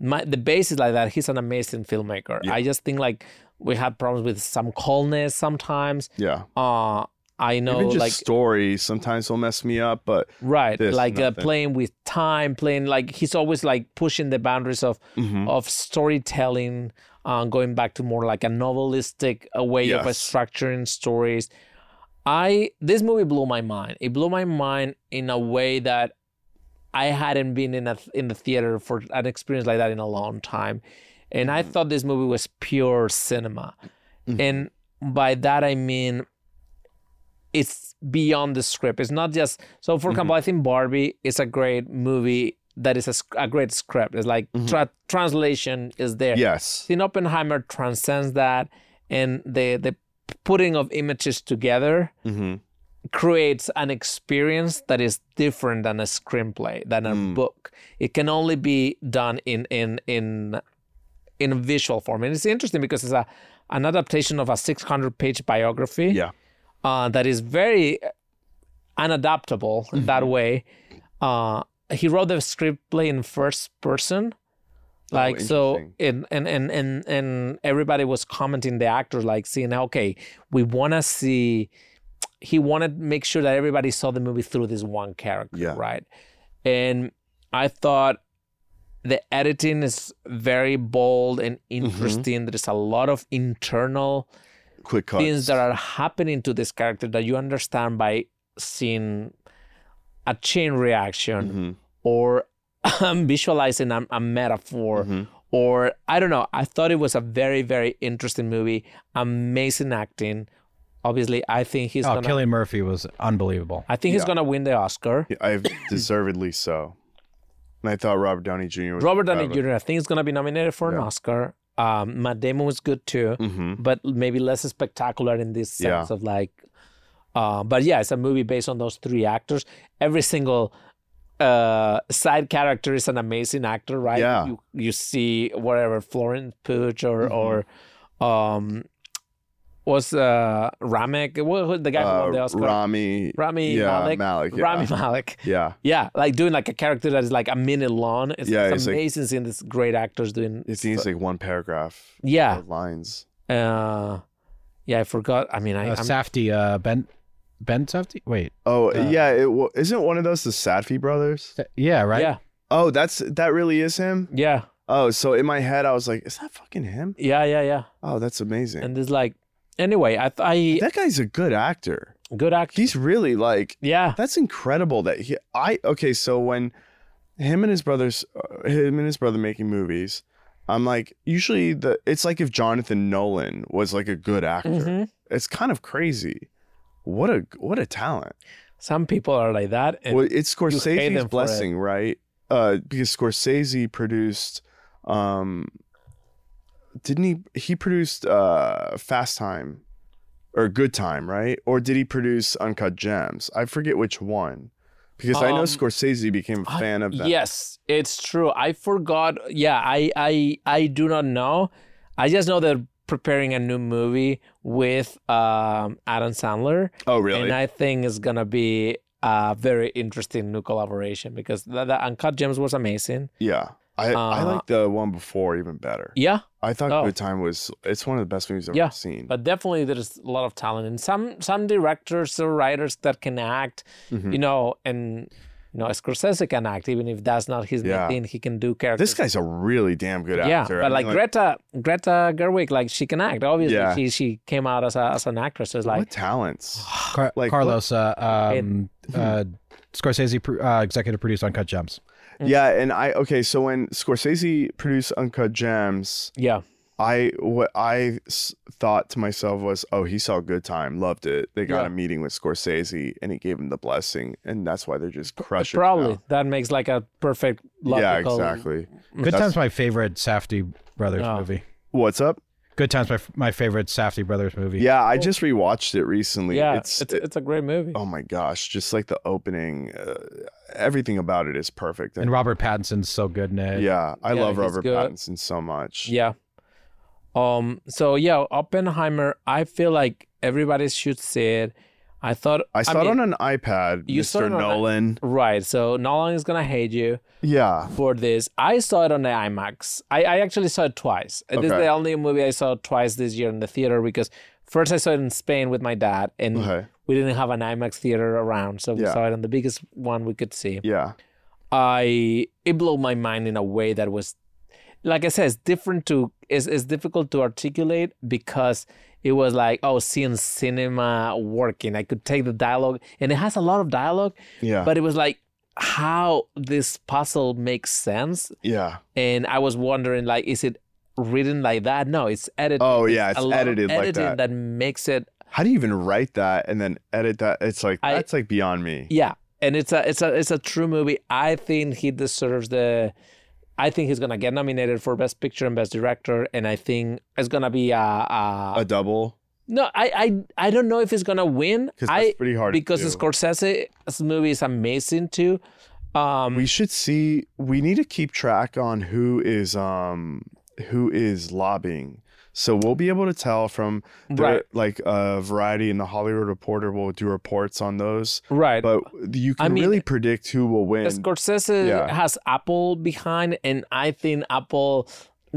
my, the base is like that. He's an amazing filmmaker. Yeah. I just think like we had problems with some coldness sometimes. Yeah. Uh, I know, Even just like story sometimes will mess me up, but right, this, like uh, nothing. playing with time, playing like he's always like pushing the boundaries of Mhm. of storytelling, uh, going back to more like a novelistic uh, way of uh, Yes. structuring stories. I this movie blew my mind. It blew my mind in a way that I hadn't been in a in the theater for an experience like that in a long time, and I thought this movie was pure cinema, Mhm. and by that I mean it's beyond the script. It's not just so. For example, I think Barbie is a great movie that is a, sc- a great script. It's like tra- translation is there. yes. Sin Oppenheimer transcends that, and the the putting of images together hmm creates an experience that is different than a screenplay than a Mm. book. It can only be done in in in in a visual form, and it's interesting because it's a an adaptation of a 600 page biography Yeah. uh, that is very unadaptable in that Mm-hmm. way. Uh, he wrote the screenplay in first person, like so, Oh, interesting. and and and and and everybody was commenting the actors like seeing okay, we want to see. He wanted to make sure that everybody saw the movie through this one character, Yeah. right? And I thought the editing is very bold and Mm-hmm. interesting. There's a lot of internal Quick cuts. things that are happening to this character that you understand by seeing a chain reaction Mhm. or visualizing a, a metaphor Mm-hmm. or I don't know. I thought it was a very very interesting movie. Amazing acting. Obviously, I think he's oh, gonna. Killian Murphy was unbelievable. I think he's Yeah. gonna win the Oscar. Yeah, I've deservedly so. And I thought Robert Downey Jr. was Robert Downey incredible. Jr. I think he's gonna be nominated for an Yeah. Oscar. Um, Matt Damon was good too. Mhm. but maybe less spectacular in this sense of like uh, but yeah it's a movie based on those three actors every single uh, side character is an amazing actor right Yeah. Mm-hmm. you, you see whatever Florence Pugh or or um was uh Ramek wh- who- the guy who won the Uh, Oscar Rami. Rami yeah, Malek yeah. Rami Malek Yeah. yeah like doing like a character that is like a minute long it's, Yeah, it's it's like- amazing seeing these great actors doing It seems like one paragraph. yeah or lines. uh yeah I forgot I mean I Uh, I'm- Safdie, uh, Ben, Ben Safdie. Wait, Oh Uh, yeah, it w- isn't one of those the Safi brothers. Sa- yeah, right. yeah Oh, that's that really is him. Yeah, Oh, so in my head I was like, is that fucking him? yeah, yeah, yeah. Oh, that's amazing. And it's like, anyway, I, I that guy's a good actor. good actor. He's really like Yeah, that's incredible that he I okay, so when him and his brothers uh, him and his brother making movies, I'm like usually the it's like if Jonathan Nolan was like a good actor. Mhm. It's kind of crazy. What a what a talent. some people are like that. And well, it's them for Scorsese's it. blessing, right? Uh, because Scorsese produced, um, didn't he? He produced uh, Fast Time or Good Time, right? Or did he produce Uncut Gems? I forget which one, because I know Um, Scorsese became a I- fan of that. yes, it's true. I forgot. Yeah, I, I, I do not know. I just know they're preparing a new movie with um, Adam Sandler, Oh, really? and I think it's gonna be a very interesting new collaboration because the, the Uncut Gems was amazing. yeah. I, I Uh, like the one before even better. Yeah, I thought Oh. Good Time was it's one of the best movies I've Yeah, ever seen. but definitely there's a lot of talent and some some directors or writers that can act Mhm. you know and you know scorsese can act even if that's not his main Yeah. thing he can do characters this guy's a really damn good yeah actor. I but mean, like, greta greta gerwig like she can act obviously Yeah. she she came out as, a, as an actress so it's what like talents? Car- Like, Carlos, uh, um, uh, Scorsese pr- uh, executive produced Uncut Gems. Yeah, and I okay. So when Scorsese produced Uncut Gems, yeah I what I s- thought to myself was, oh, he saw Good Time, loved it. They got Yeah. a meeting with Scorsese, and he gave him the blessing, and that's why they're just crushing. it probably now. that makes like a perfect Yeah, logical exactly. Good That's- Time's my favorite Safdie brothers Oh. movie. What's up? Good Time's my f- my favorite Safdie brothers movie. Yeah, I just rewatched it recently. yeah it's, it's it's, a great movie oh my gosh, just like the opening, uh, everything about it is perfect. And And, Robert Pattinson's so good in it. yeah, I Yeah, love he's Robert good. Pattinson so much. Yeah. Um. So yeah, Oppenheimer. I feel like Everybody should see it. I thought I saw mean, it on an iPad, you saw it Mr. on Mm. an- Nolan. Right, so Nolan is gonna hate you yeah. for this. I saw it on the IMAX. I, I actually saw it twice. This is Okay. the only movie I saw twice this year in the theater because first I saw it in Spain with my dad, and Okay. we didn't have an IMAX theater around, so we Yeah. saw it on the biggest one we could see. Yeah. I it blew my mind in a way that was like I said, it's different to it's, it's difficult to articulate because it was like, oh, seeing cinema working. I could take the dialogue and it has a lot of dialogue, Yeah. but it was like how this puzzle makes sense. yeah. And I was wondering like, is it written like that? No, it's edited. Oh yeah, it's a lot of edited like editing that. that makes it How do you even write that and then edit that? It's like I- that's like beyond me. Yeah, and it's a it's a it's a true movie. I think he deserves the. I think he's gonna get nominated for best picture and best director, and I think it's gonna be a. a A double no, I, I I don't know if he's gonna win. because I that's pretty hard. because to do. Scorsese's movie is amazing too. Um, we should see. We need to keep track on who is um who is lobbying. So we'll be able to tell from the, Right. like uh, Variety and the Hollywood Reporter will do reports on those. right. But you can I mean- really predict who will win. Scorsese Yeah. has Apple behind, and I think Apple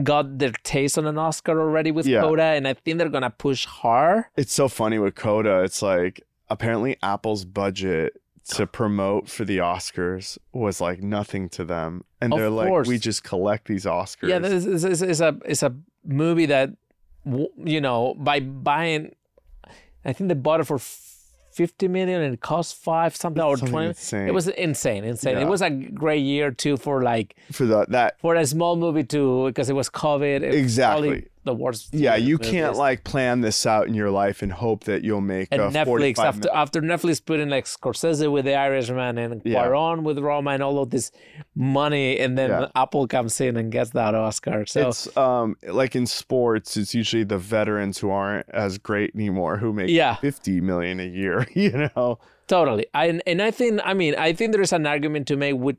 got their taste on an Oscar already with Yeah. Coda, and I think they're gonna push hard. it's so funny with Coda. It's like apparently Apple's budget to promote for the Oscars was like nothing to them, and Of they're like, course. we just collect these Oscars. Yeah, this is, is, is a it's a movie that w- you know by buying, I think they bought it for fifty million and it cost five something or Something twenty. insane. It was insane, insane. It Yeah. was a great year too for like for the, that. for a small movie too because it was COVID. It was Exactly. probably the worst. Yeah, year you of can't movies. like plan this out in your life and hope that you'll make And a Netflix 45 after after Netflix put in like Scorsese with The Irishman and Yeah. Cuarón with Roma and all of this money, and then Yeah. Apple comes in and gets that Oscar. So It's um like in sports, it's usually the veterans who aren't as great anymore who make Yeah. fifty million a year. You know, Totally. I, and I think, I mean, I think there is an argument to make with.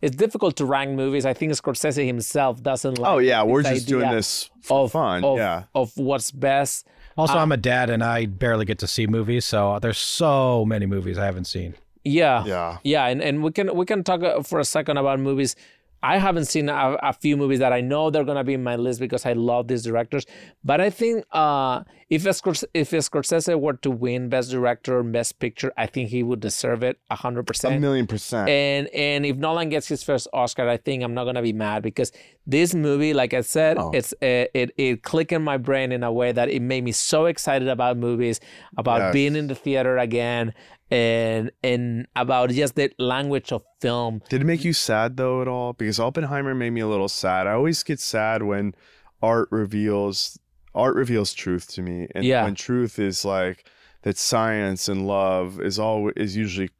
It's difficult to rank movies. I think Scorsese himself doesn't like. oh yeah, we're this just doing idea Oh. this for fun. Of, Oh, yeah, Of what's best. Also, I'm a dad and I barely get to see movies, so there's so many movies I haven't seen. Yeah. Yeah. yeah, and, and we can we can talk uh, for a second about movies. I haven't seen a, a few movies that I know they're gonna be in my list because I love these directors. But I think uh, if a Scorse- if a Scorsese were to win Best Director, Best Picture, I think he would deserve it hundred a percent. million percent. And and if Nolan gets his first Oscar, I think I'm not gonna be mad because this movie, like I said, Oh. it's uh, it it clicked in my brain in a way that it made me so excited about movies, about Yes. being in the theater again, and and about just the language of film. Did it make you sad though at all? Because Oppenheimer made me a little sad. I always get sad when art reveals art reveals truth to me, and Yeah. when truth is like that, science and love is all is usually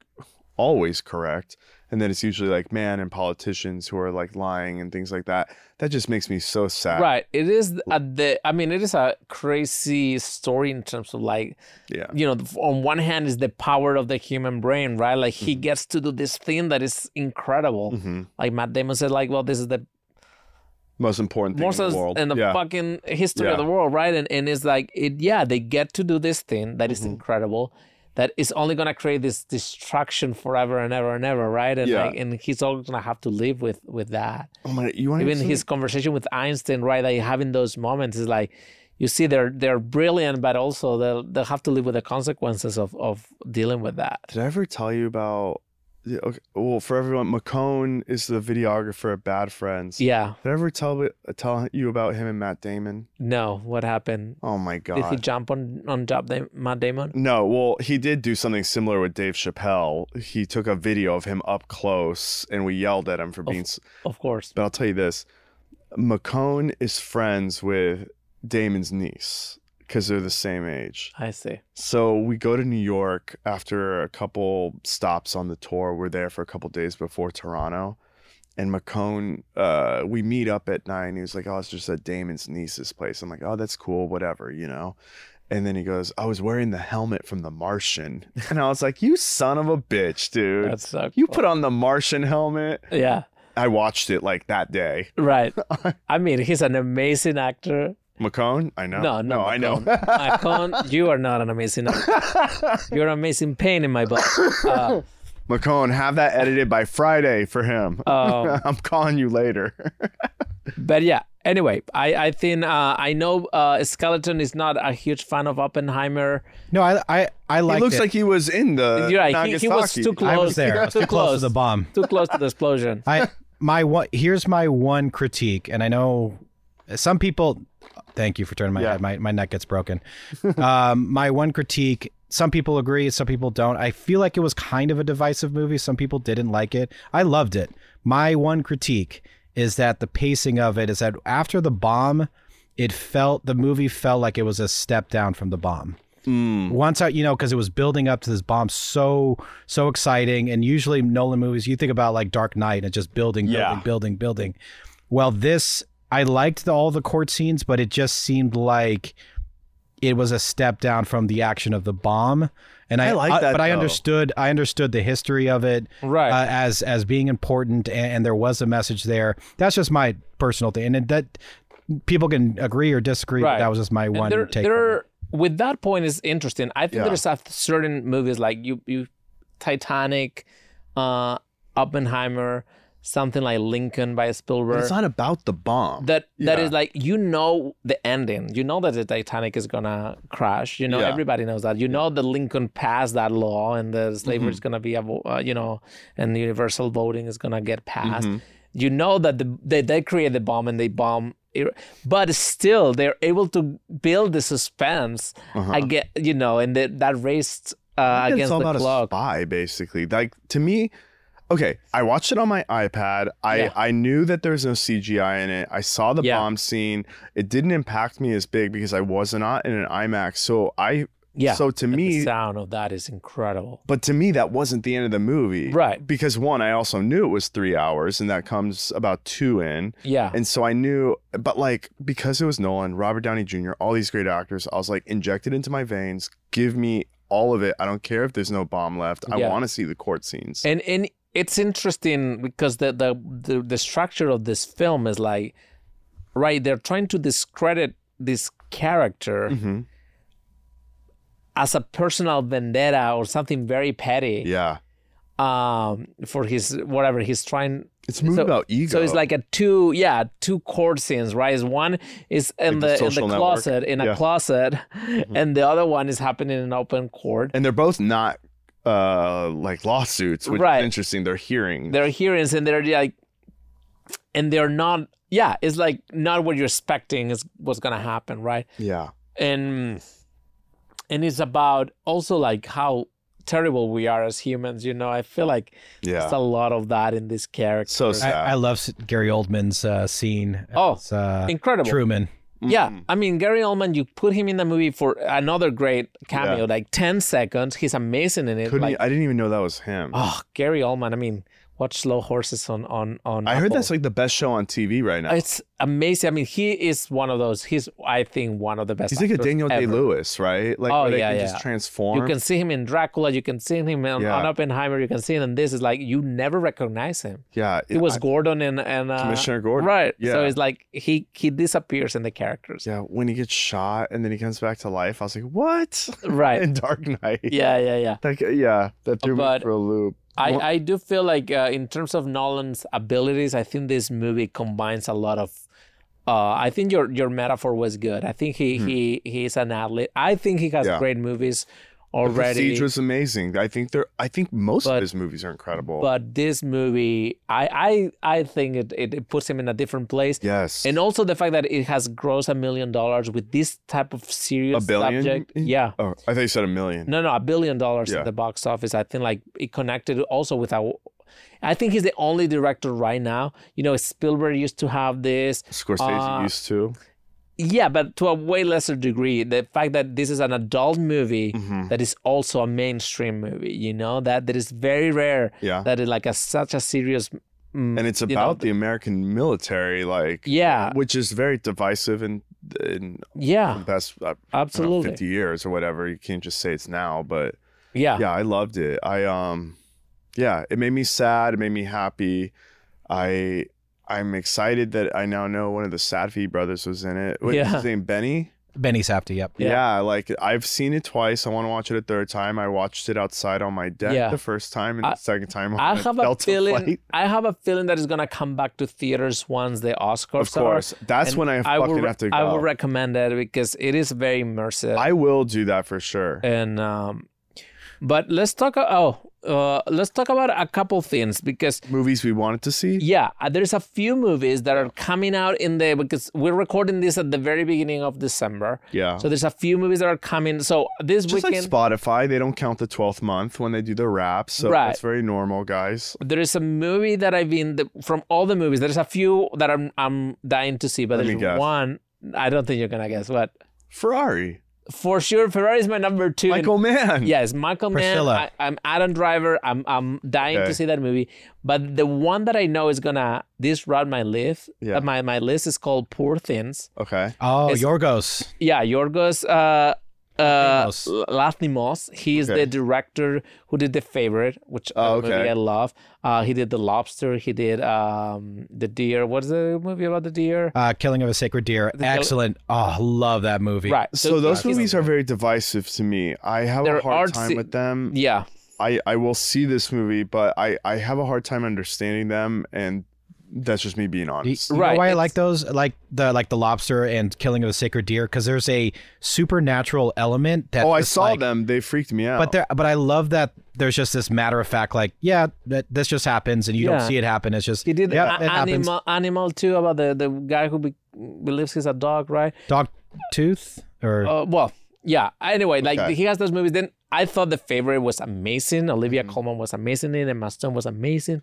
always correct, and then it's usually like man and politicians who are like lying and things like that. That just makes me so sad. Right. It is at the. I mean, it is a crazy story in terms of like Yeah. you know, on one hand is the power of the human brain, right? Like Mm-hmm. he gets to do this thing that is incredible. hmm Like Matt Damon said, like, well, this is the Most important thing most in in the world. in the yeah. fucking history of Yeah. the world, right? And and it's like it, yeah, they get to do this thing that is Mhm. incredible, that is only gonna create this distraction forever and ever and ever, right? And Yeah. like, and he's always gonna have to live with with that. oh my, you want Even his conversation with Einstein, right? Like having those moments is like. You see, they're they're brilliant, but also they'll they'll have to live with the consequences of, of dealing with that. Did I ever tell you about? yeah, Okay, well, for everyone, McCone is the videographer at Bad Friends. Yeah. Did I ever tell tell you about him and Matt Damon? No. What happened? Oh my Did he god. jump on on Job Dam- Matt Damon? No, well, he did do something similar with Dave Chappelle. He took a video of him up close, and we yelled at him for being. s Of course. But I'll tell you this: McCone is friends with Damon's niece because they're the same age. I see. So we go to New York after a couple stops on the tour. We're there for a couple days before Toronto. And McCone, uh, we meet up at nine. He was like, Oh, it's just at Damon's niece's place. I'm like, Oh, that's cool, whatever, you know? And then he goes, I was wearing the helmet from The Martian. And I was like, You son of a bitch, dude. That's so you cool. put on the Martian helmet. Yeah. I watched it like that day. Right. I mean, he's an amazing actor. McCone? I know. No, no, Oh, I know. Macon. Macon, you are not an amazing. You're an amazing pain in my butt. Uh, McCone, have that edited by Friday for him. um, I'm calling you later. but yeah. Anyway, I I think uh, I know uh, Skeleton is not a huge fan of Oppenheimer. No, I I, I he liked looks it. like he was in the You're right. He, Nagasaki. he was too close. I was there. I was too close to the bomb. Too close to the explosion. I my one here's my one critique, and I know some people. Thank you for turning my Yeah. head. My my neck gets broken. um, my one critique. Some people agree, some people don't. I feel like it was kind of a divisive movie. Some people didn't like it. I loved it. My one critique is that the pacing of it is that after the bomb, it felt the movie felt like it was a step down from the bomb Mm. once I, you know, because it was building up to this bomb so, so exciting. And usually Nolan movies, you think about like Dark Knight and it's just building, building, Yeah. building, building. Well, this, I liked the, all the court scenes, but it just seemed like it was a step down from the action of the bomb. And I, uh, I like that, but I though. understood, I understood the history of it Right. uh, as as being important, and, and there was a message there. That's just my personal thing, and it, that people can agree or disagree. Right. But that was just my And one there, take. there from it. are- with that point is interesting. I think Yeah. there's a certain movies like you, you, Titanic, uh, Oppenheimer, something like Lincoln by But Spielberg. it's not about the bomb. that that Yeah. is like you know the ending. You know that the Titanic is gonna crash. You know Yeah. everybody knows that. You know that Lincoln passed that law and the slavery Mm-hmm. is gonna be avo- uh, you know and the universal voting is gonna get passed. Mm-hmm. You know that the they, they create the bomb and they bomb. Ir- But still, they're able to build the suspense. Uh-huh. I get you know, and the, that raced uh, It's against all the about clock. a spy, basically. Like to me, okay, I watched it on my iPad. I Yeah. I knew that there was no CGI in it. I saw the Yeah. bomb scene. It didn't impact me as big because I was not in an IMAX. So I Yeah, So to But me, the sound of that is incredible. but to me that wasn't the end of the movie, Right. Because one, I also knew it was three hours, and that comes about two in. Yeah, And so I knew, but like because it was Nolan, Robert Downey Jr., all these great actors, I was like injected into my veins. Give me all of it. I don't care if there's no bomb left. I Yeah. want to see the court scenes. And and it's interesting because the the the, the structure of this film is like right they're trying to discredit this character hmm as a personal vendetta or something very petty Yeah. um for his whatever he's trying It's a movie So- about ego. so it's like a two yeah two court scenes right Is one is in Like the the, social in the network. closet in Yeah. Mm-hmm. a closet and the other one is happening in open court and they're both not uh like lawsuits, which Right. is interesting. They're hearing. their hearings and they're like and they're not yeah it's like not what you're expecting is what's gonna happen right yeah. and and it's about also like how terrible we are as humans you know i feel like Yeah. there's a lot of that in this character So sad. I, I love S- Gary Oldman's uh, scene. Oh, as, uh, incredible Truman. yeah Mm. i mean gary oldman you put him in the movie for another great cameo Yeah. like 10 seconds he's amazing in it Couldn't. like e- I didn't even know that was him. oh gary oldman i mean watch slow horses on on on I heard Apple. that's like the best show on TV right now. It's amazing. I mean, he is one of those. He's, I think, one of the best. He's like a actors Daniel Day ever. Lewis, right? Like Oh, where they yeah, can yeah. just transform. You can see him in Dracula. You can see him in, Yeah. on Oppenheimer. You can see him in this. Is like you never recognize him. yeah. He was I- Gordon and and uh, Commissioner Gordon. right? Yeah. So it's like he he disappears in the characters. yeah. When he gets shot and then he comes back to life, I was like, what? Right. In Dark Knight. yeah. Yeah. Yeah. Like, uh, yeah. That threw But- me for a loop. I, Well- I do feel like uh, in terms of Nolan's abilities, I think this movie combines a lot of. Uh, I think your your metaphor was good. I think he Hmm. he he's an athlete. I think he has Yeah. great movies The already. Prestige was amazing. I think they're. I think most But- of his movies are incredible. But this movie, I I I think it, it, it puts him in a different place. yes. And also the fact that it has grossed a million dollars with this type of serious A billion? subject. Yeah. Oh, I thought you said a million. No, no, a billion dollars Yeah. at the box office. I think like it connected also with our. I think he's the only director right now. You know, Spielberg used to have this. Scorsese Uh, used to. Yeah, but to a way lesser degree. The fact that this is an adult movie Mhm. that is also a mainstream movie. You know that that is very rare. Yeah. That is like a such a serious. mm, and it's you know, about the American military, like Yeah, which is very divisive in in the yeah, past uh, I don't know, absolutely. fifty years or whatever. You can't just say it's now, but yeah. yeah. I loved it. I um, yeah, it made me sad. It made me happy. I I'm excited that I now know one of the Satfi brothers was in it. What's Yeah. his name? Benny? Benny Safdie, yep. Yeah. Yeah. like I've seen it twice. I want to watch it a third time. I watched it outside on my deck Yeah. the first time and I- the second time on I the have a Delta feeling. flight. I have a feeling that it's gonna come back to theaters once the Oscars. Of course, are. that's And when I I fucking will, re- have to go. I will recommend it because it is very immersive. I will do that for sure. and um, but let's talk. Oh, uh, let's talk about a couple things because Movies we wanted to see. Yeah, uh, there's a few movies that are coming out in the because we're recording this at the very beginning of December. Yeah. So there's a few movies that are coming. So this Just like weekend Spotify, they don't count the 12th month when they do the wrap. So Right. that's very normal, guys. there is a movie that I've been the, from all the movies. There's a few that I'm I'm dying to see, but Let me there's guess. one I don't think you're gonna guess what. Ferrari, For sure, Ferrari's my number two. and- Michael Mann. Yes, Michael Mann. Priscilla. I, I'm Adam Driver. I'm I'm dying Okay. to see that movie. But the one that I know is gonna disrupt my list. Yeah. uh, my my list is called Poor Things. Okay. Oh, It's- Yorgos. Yeah, Yorgos uh, uh, Lanthimos. Lathimos. He is the Okay. director who did The Favorite, which Oh, uh, movie okay. I love. Uh, he did The Lobster. He did um, The Deer. What's the movie about the deer? Uh, Killing of a Sacred Deer. The kill- Excellent. Oh, love that movie. right. So those he's- movies are very divisive to me. I have They're a hard artsy- time with them. Yeah, I, I will see this movie, but I, I have a hard time understanding them, and that's just me being You, honest. you Right, know why I it's- like those, like the like the lobster and killing of a sacred deer, because there's a supernatural element that. oh, I just, saw like- them. They freaked me out. But there, but I love that there's just this matter of fact, like yeah, that this just happens, and you Yeah. don't see it happen. It's just he did yeah, a- it happens. Animal Animal too about the the guy who be- believes he's a dog, right? Dog tooth or Uh, well, yeah. Anyway, like Okay. he has those movies. Then I thought the favorite was amazing. Olivia Mm-hmm. Colman was amazing in it. Emma Stone was amazing.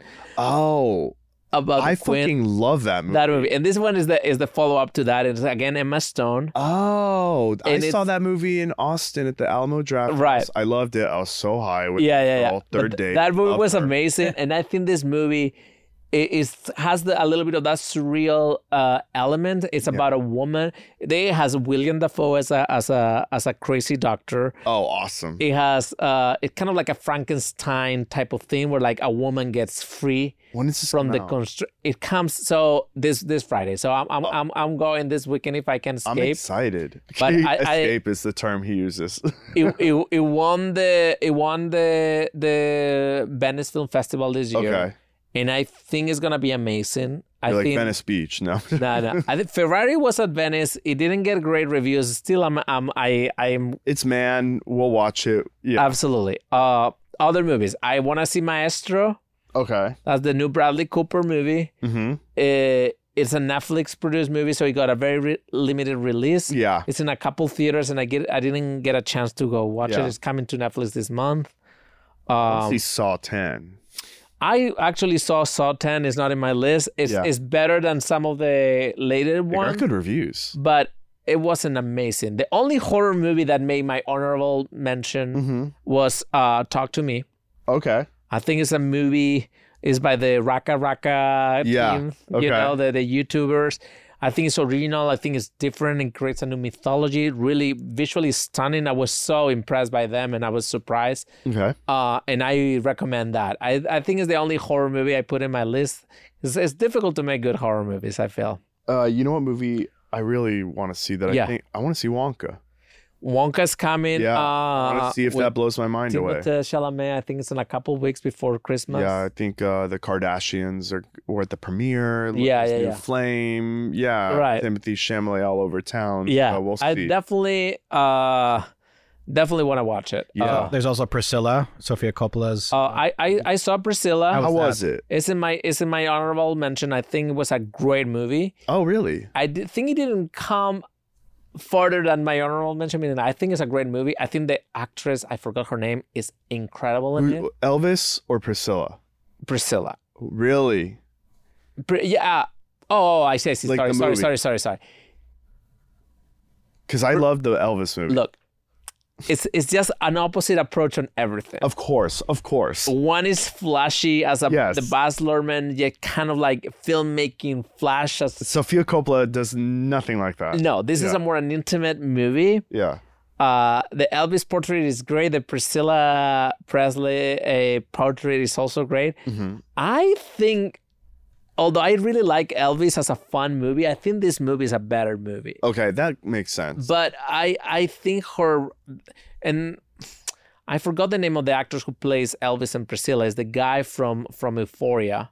oh, About I Quinn. fucking love that movie. that movie. And this one is the is the follow up to that. It's again Emma Stone. oh, I And saw it's- that movie in Austin at the Alamo Draft. Right. House. I loved it. I was so high with Yeah, yeah, yeah. Girl, But th- third date. That movie Loved was her. amazing, and I think this movie i- is has the, a little bit of that surreal uh, element. It's about a woman. They has William Dafoe as a as a as a crazy doctor. Oh, awesome. It has uh, it's kind of like a Frankenstein type of thing where like a woman gets free. When is this From come the out? constr- it comes so this this Friday. So I'm I'm, I'm I'm going this weekend if I can Oh. I'm escape. excited. But I- I- escape is the term he uses. it, it, it won the it won the the Venice Film Festival this year, okay. and I think it's gonna be amazing. I You're like think Venice Beach. No. no, no. I think Ferrari was at Venice. It didn't get great reviews. Still, I'm I'm I I'm it's man. We'll watch it. Yeah. absolutely. Uh, other movies. I wanna see Maestro. okay. That's the new Bradley Cooper movie. hmm Uh, it's a Netflix produced movie, so it got a very re- limited release. Yeah. It's in a couple theaters, and I get I didn't get a chance to go watch it. Yeah. It's coming to Netflix this month. Let's Um, see Saw 10. I actually saw Saw 10. It's not in my list. It's, Yeah. it's better than some of the later They got ones, good reviews. but it wasn't amazing. The only horror movie that made my honorable mention Mm-hmm. was uh, Talk to Me. Okay. I think it's a movie is by the Raka Raka Yeah, team, okay. you know, the, the YouTubers. I think it's original. I think it's different and creates a new mythology. Really visually stunning. I was so impressed by them and I was surprised Okay. uh, and I recommend that. I, I think it's the only horror movie I put in my list. It's, it's difficult to make good horror movies. I feel Uh, you know what movie I really want to see that Yeah. I think I want to see Wonka. Wonka's coming. Yeah, uh, I want to see if with that blows my mind away. Timothée Chalamet. I think it's in a couple weeks before Christmas. Yeah, I think uh, the Kardashians are were at the premiere. like, Yeah, this yeah, new yeah. Flame. Yeah, Right. Timothy Chalamet all over town. yeah. so uh, we'll see. I definitely, uh, definitely want to watch it. Yeah. Uh, there's also Priscilla, Sofia Coppola's. uh, I, I I saw Priscilla. How How was was it? it's in my it's in my honorable mention. I think it was a great movie. Oh, really? I did, think it didn't come farther than my honorable mention. I mean, I think it's a great movie. I think the actress, I forgot her name, is incredible in it. Who- uh, Elvis or Priscilla? Priscilla. Really? Pri- yeah. Oh, I see. I see. Like sorry, the sorry, movie. sorry, sorry, sorry. Because I love the Elvis movie. Look, it's it's just an opposite approach on everything. Of course, of course. One is flashy as a Yes. the Baz Luhrmann, yet kind of like filmmaking flash as Sophia Coppola does nothing like that. no. This is Yeah. a more an intimate movie. Yeah. Uh, the Elvis portrait is great. The Mm-hmm. Priscilla Presley uh, portrait is also great. Mhm. I think although I really like Elvis as a fun movie, I think this movie is a better movie. Okay, that makes sense. But I I think her and I forgot the name of the actors who plays Elvis and Priscilla is the guy from from Euphoria.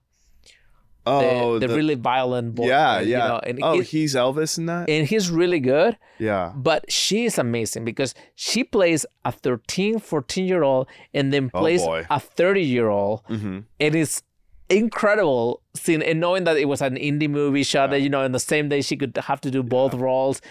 Oh, the, the, the- really violent boy. yeah, yeah. you know, and, oh, he- he's Elvis in that. and he's really good, yeah, but she is amazing because she plays a 13, 14 year old and then Oh, plays boy. a 30 year old. hmm And it's incredible seeing and knowing that it was an indie movie shot that, you know, in the same day she could have to do both roles.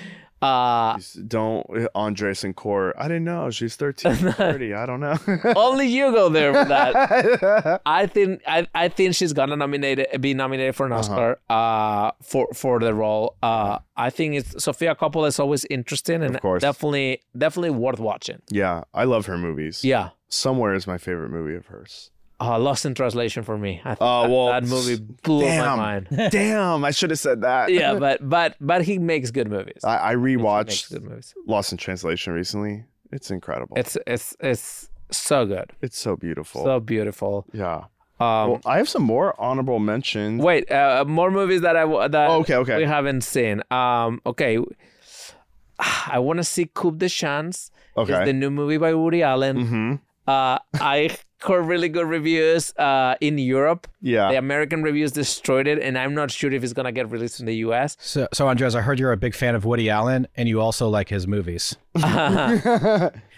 Uh, don't Andres and Court. I didn't know she's 13, 30. I don't know. only you go there for that. I think I, I think she's gonna nominate be nominated for an Uh-huh. Oscar uh for for the role. Uh I think it's Sofia Coppola is always interesting and Of course. definitely definitely worth watching. yeah, I love her movies. Yeah. Somewhere is my favorite movie of hers. Uh, Lost in Translation for me. I think Oh, that- well, that movie blew my damn. mind. Damn, I should have said that. yeah, but but but he makes good movies. He I, I makes rewatched good movies. Lost in Translation recently. It's incredible. It's, It's it's it's so good, so beautiful. so beautiful. yeah. Um, well, I have some more honorable mentions. wait, uh, more movies that I wa- that Oh, okay, okay. we haven't seen. Um, okay, I want to see Coup de Chance. okay. It's the new movie by Woody Allen. mm-hmm. Uh, I heard really good reviews uh, in Europe. Yeah. The American reviews destroyed it, and I'm not sure if it's gonna get released in the U.S. So, so Andres, I heard you're a big fan of Woody Allen, and you also like his movies.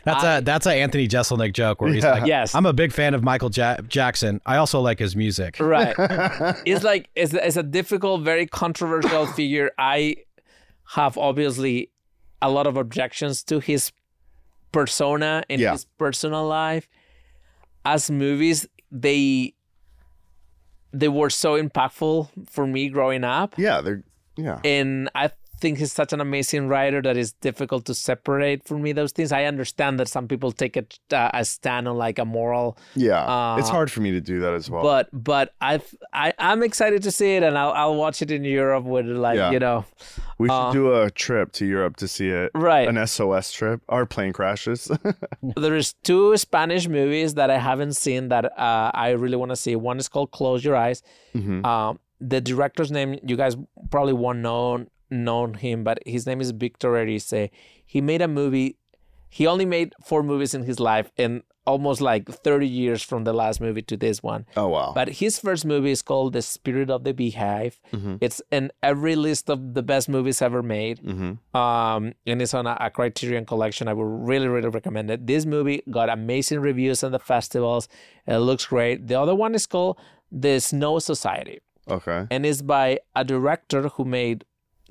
That's a that's a Anthony Jeselnik joke where he's like, Yes. I'm a big fan of Michael ja- Jackson. I also like his music." Right. it's like it's, it's a difficult, very controversial figure. I have obviously a lot of objections to his persona and Yeah. his personal life. As movies, they they were so impactful for me growing up. yeah. They're, yeah. and I think he's such an amazing writer that it's difficult to separate for me those things. I understand that some people take it uh, a stand on like a moral, Yeah. uh, it's hard for me to do that as well. but but I've, I I'm excited to see it, and I'll I'll watch it in Europe with like Yeah. you know we should uh, do a trip to Europe to see it. right. An SOS trip. Our plane crashes. there is two Spanish movies that I haven't seen that uh, I really want to see. One is called Close Your Eyes. Mhm. Um, the director's name you guys probably won't know known him, but his name is Victor Erice. He made a movie. He only made four movies in his life, and almost like thirty years from the last movie to this one. Oh, wow. But his first movie is called The Spirit of the Beehive. Mhm. It's in every list of the best movies ever made mm-hmm. um, and it's on a, a Criterion collection. I would really, really recommend it. This movie got amazing reviews on the festivals. It looks great. The other one is called The Snow Society, Okay. and it's by a director who made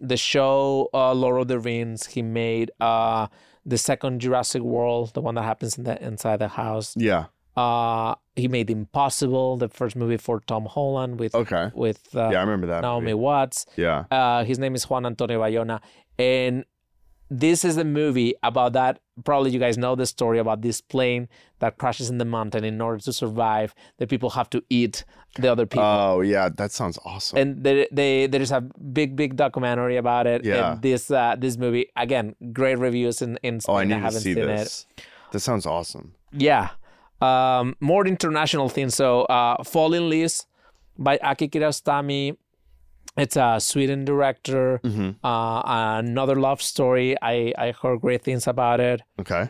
the show uh, Lord of the Rings. He made uh, the second Jurassic World, the one that happens in the inside the house. Yeah. Uh, he made Impossible, the first movie for Tom Holland with Okay. with uh, Oh, yeah, I remember that. Naomi movie. Watts. Yeah. Uh, his name is Juan Antonio Bayona, and this is the movie about that. Probably you guys know the story about this plane that crashes in the mountain. In order to survive, the people have to eat the other people. Oh, yeah. That sounds awesome. and there, they, there's a big, big documentary about it. Yeah. And this, uh, this movie again, great reviews in in Spain. oh, I need to haven't see seen this. That sounds awesome. it. Yeah, um, more international things. So, uh, Falling Leaves by Aki Kiarostami. It's a Sweden director Mm-hmm. uh, another love story. I, I heard great things about it. Okay.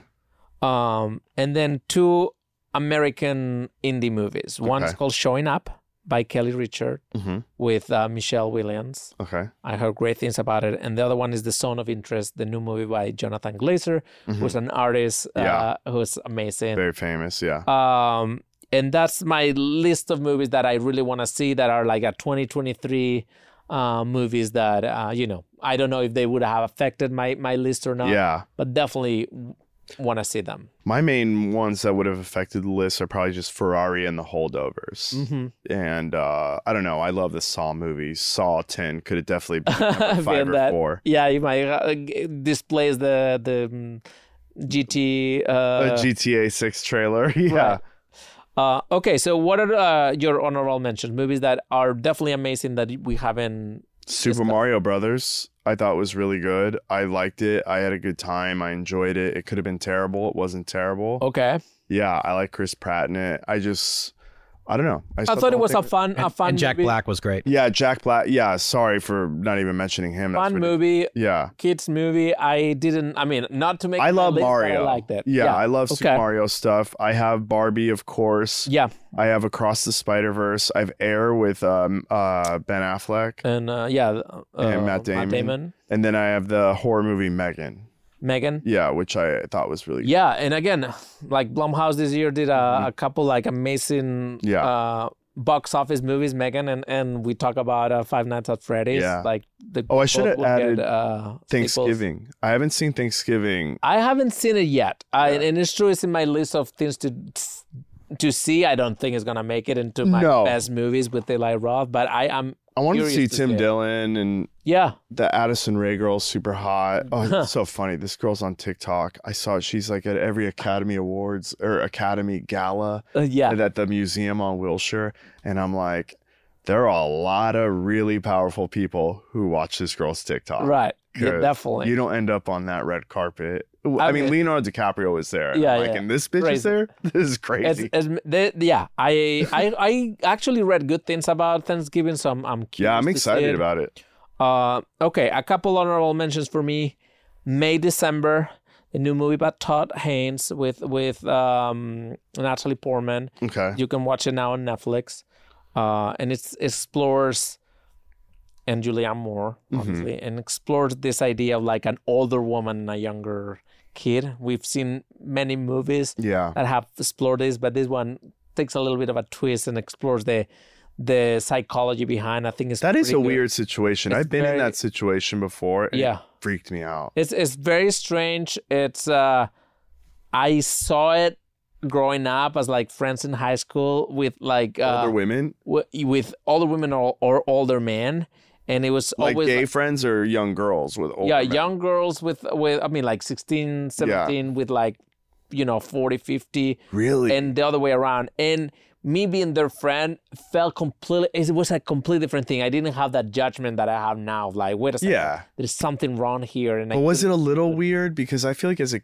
Um, and then two American indie movies. One is Okay. called Showing Up by Kelly Richard Mm-hmm. with uh, Michelle Williams. Okay. I heard great things about it. And the other one is The Zone of Interest, the new movie by Jonathan Glazer, Mhm. who's an artist Yeah. uh, who's amazing. Very famous. Yeah. Um, and that's my list of movies that I really want to see that are like a 2023 uh, movies that, uh, you know, I don't know if they would have affected my, my list or not, Yeah. but definitely want to see them. My main ones that would have affected the list are probably just Ferrari and the holdovers. Mm-hmm. And uh, I don't know. I love the Saw movies. Saw 10 could have definitely been number Been five or that. four. Yeah, you might uh, g- displays the, the um, GT. Uh, a GTA 6 trailer. Yeah. right. uh, okay, so what are uh, your honorable mentions? Movies that are definitely amazing that we haven't. Super Mario Brothers, I thought was really good. I liked it. I had a good time. I enjoyed it. It could Oh. have been terrible. It wasn't terrible. Okay. Yeah, I like Chris Pratt in it. I just I don't know. I still thought it don't was a think- fun, a And, fun and Jack movie, Black was great. Yeah, Jack Black. Yeah, sorry for not even mentioning him. That's fun ridiculous. movie, Yeah. kids movie. I didn't. I mean, not to make. my I love list, but Mario. I liked it. Yeah, yeah, I love Super Okay. Mario stuff. I have Barbie, of course. yeah. I have Across the Spider Verse. I have Air with um, uh, Ben Affleck, and uh, yeah, uh, And Matt Damon. and then I have the horror movie Megan. Megan. Yeah, which I thought was really. Yeah, and again, like Blumhouse this year did a, a couple like amazing Mm-hmm. Yeah. uh, box office movies. Megan and and we talk about uh, Five Nights at Freddy's. Yeah. Like the Oh, I both should have would get, added uh, sequels. Thanksgiving. I haven't seen Thanksgiving. I haven't seen it yet, I, and it's true. It's in my list of things to to see. I don't think it's gonna make it into my No. best movies with Eli Roth, but I am. I wanted to Curious see to Tim see it. Dillon and Yeah, the Addison Ray girl, super hot. Oh, it's so funny. This girl's on TikTok. I saw it. she's like at every Academy Awards or Academy Gala uh, yeah. at the museum on Wilshire, and I'm like, there are a lot of really powerful people who watch this girl's TikTok. Right. Yeah, Good. definitely. You don't end up on that red carpet. I, I mean, mean- Leonardo DiCaprio was there. and Yeah, I'm like, yeah. and this bitch is Crazy. there. This is It's, crazy. it's, they, yeah, I, I I actually read good things about Thanksgiving, so I'm, I'm curious. yeah, I'm to see excited it. about it. Uh, okay, a couple honorable mentions for me. May December, the new movie by Todd Haynes with with um, Natalie Portman. Okay. You can watch it now on Netflix, uh, and it explores and Julianne Moore Mm-hmm. obviously, and explores this idea of like an older woman and a younger kid. We've seen many movies Yeah. that have explored this, but this one takes a little bit of a twist and explores the the psychology behind. I think it's That is a pretty good. weird situation. It's I've been in very- that situation before. And Yeah. It freaked me out. It's it's very strange. It's uh, I saw it growing up as like friends in high school with like Older uh, women, w- with older women or, or older men, and it was like always gay friends or young girls with older yeah men? young girls with with I mean like 16, 17 with like you know 40, 50 Really? and the other way around. And me being their friend felt completely, it was a completely different thing. I didn't have that judgment that I have now of like, wait a second, yeah. there's something wrong here. And I But was it couldn't- a little weird? Because I feel like as a,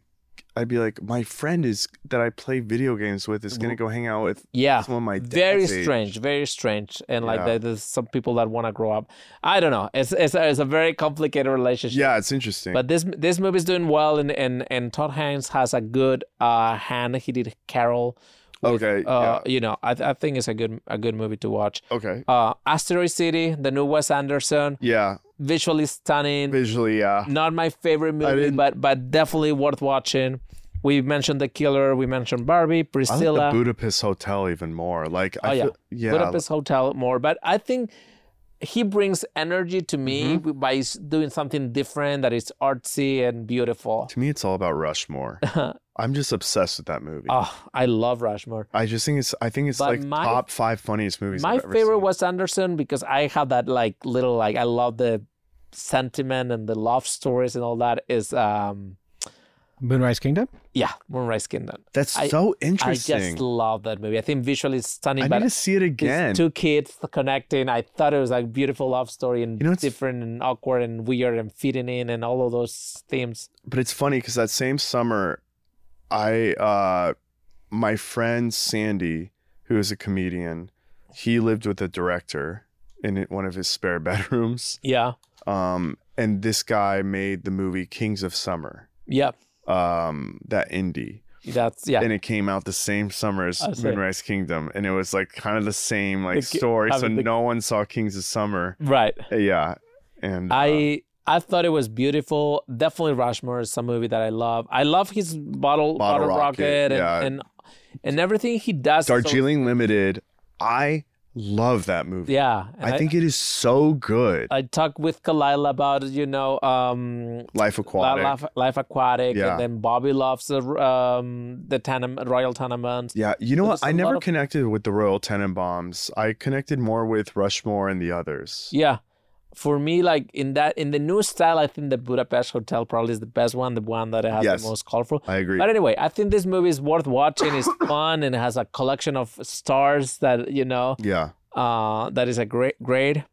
I'd be like, my friend is that I play video games with is gonna go hang out with yeah. someone my dad's Very age. strange, very strange, and like Yeah. there- there's some people that want to grow up. I don't know. It's it's a, it's a very complicated relationship. Yeah, it's interesting. But this this movie's doing well, and and and Todd Haynes has a good uh, hand. He did Carol. with, Okay, Uh, You know, I I think it's a good a good movie to watch. okay. Uh, Asteroid City, the new Wes Anderson, Yeah. visually stunning. Visually, yeah. Not my favorite movie, didn't- but but definitely worth watching. We mentioned The Killer, we mentioned Barbie, I like Priscilla, the Budapest Hotel even more. Like, Oh, I yeah. feel, yeah, Budapest Hotel more. But I think he brings energy to Mm-hmm. me by s- doing something different that is artsy and beautiful. To me, it's all about Rushmore. Uh-huh. I'm just obsessed with that movie. Oh, I love Rushmore. I just think it's. I think it's But like my- top five funniest movies. My I've ever favorite seen. was Anderson because I have that like little like I love the sentiment and the love stories and all that is um Moonrise Kingdom. yeah, Moonrise Kingdom. That's I- so I interesting. I, just love that movie. I think visually it's stunning, but need to see it these again. two kids connecting. I thought it was like beautiful love story and You know, it's- different and awkward and weird and fitting in and all of those themes. but it's funny because that same summer, I, uh, my friend Sandy, who is a comedian, he lived with a director in one of his spare bedrooms. Yeah. Um, and this guy made the movie Kings of Summer. Yeah. Um, that indie. That's yeah. and it came out the same summer as I see. Moonrise Kingdom, and it was like kind of the same like The ki- story. So having the- no one saw Kings of Summer. right. Uh, Yeah, and uh, I I thought it was beautiful. Definitely Rushmore is some movie that I love. I love his bottle bottle, Bottle Rocket, rocket, and, yeah. and and everything he does. is so- Darjeeling Limited. I love that movie. yeah. and I, think it is so good. I talked with Kalila about you know um Life Aquatic. Life, Life Aquatic, Yeah. and then Bobby loves the um, the tenem- Royal Tenements. yeah, you know what? There's I a never lot of- connected with the Royal Tenenbaums. I connected more with Rushmore and the others. Yeah, for me, like in that in the new style, I think the Budapest Hotel probably is the best one, the one that has Yes. the most colorful. I agree. But anyway, I think this movie is worth watching. It's fun and it has a collection of stars that you know yeah, uh, that is a great grade.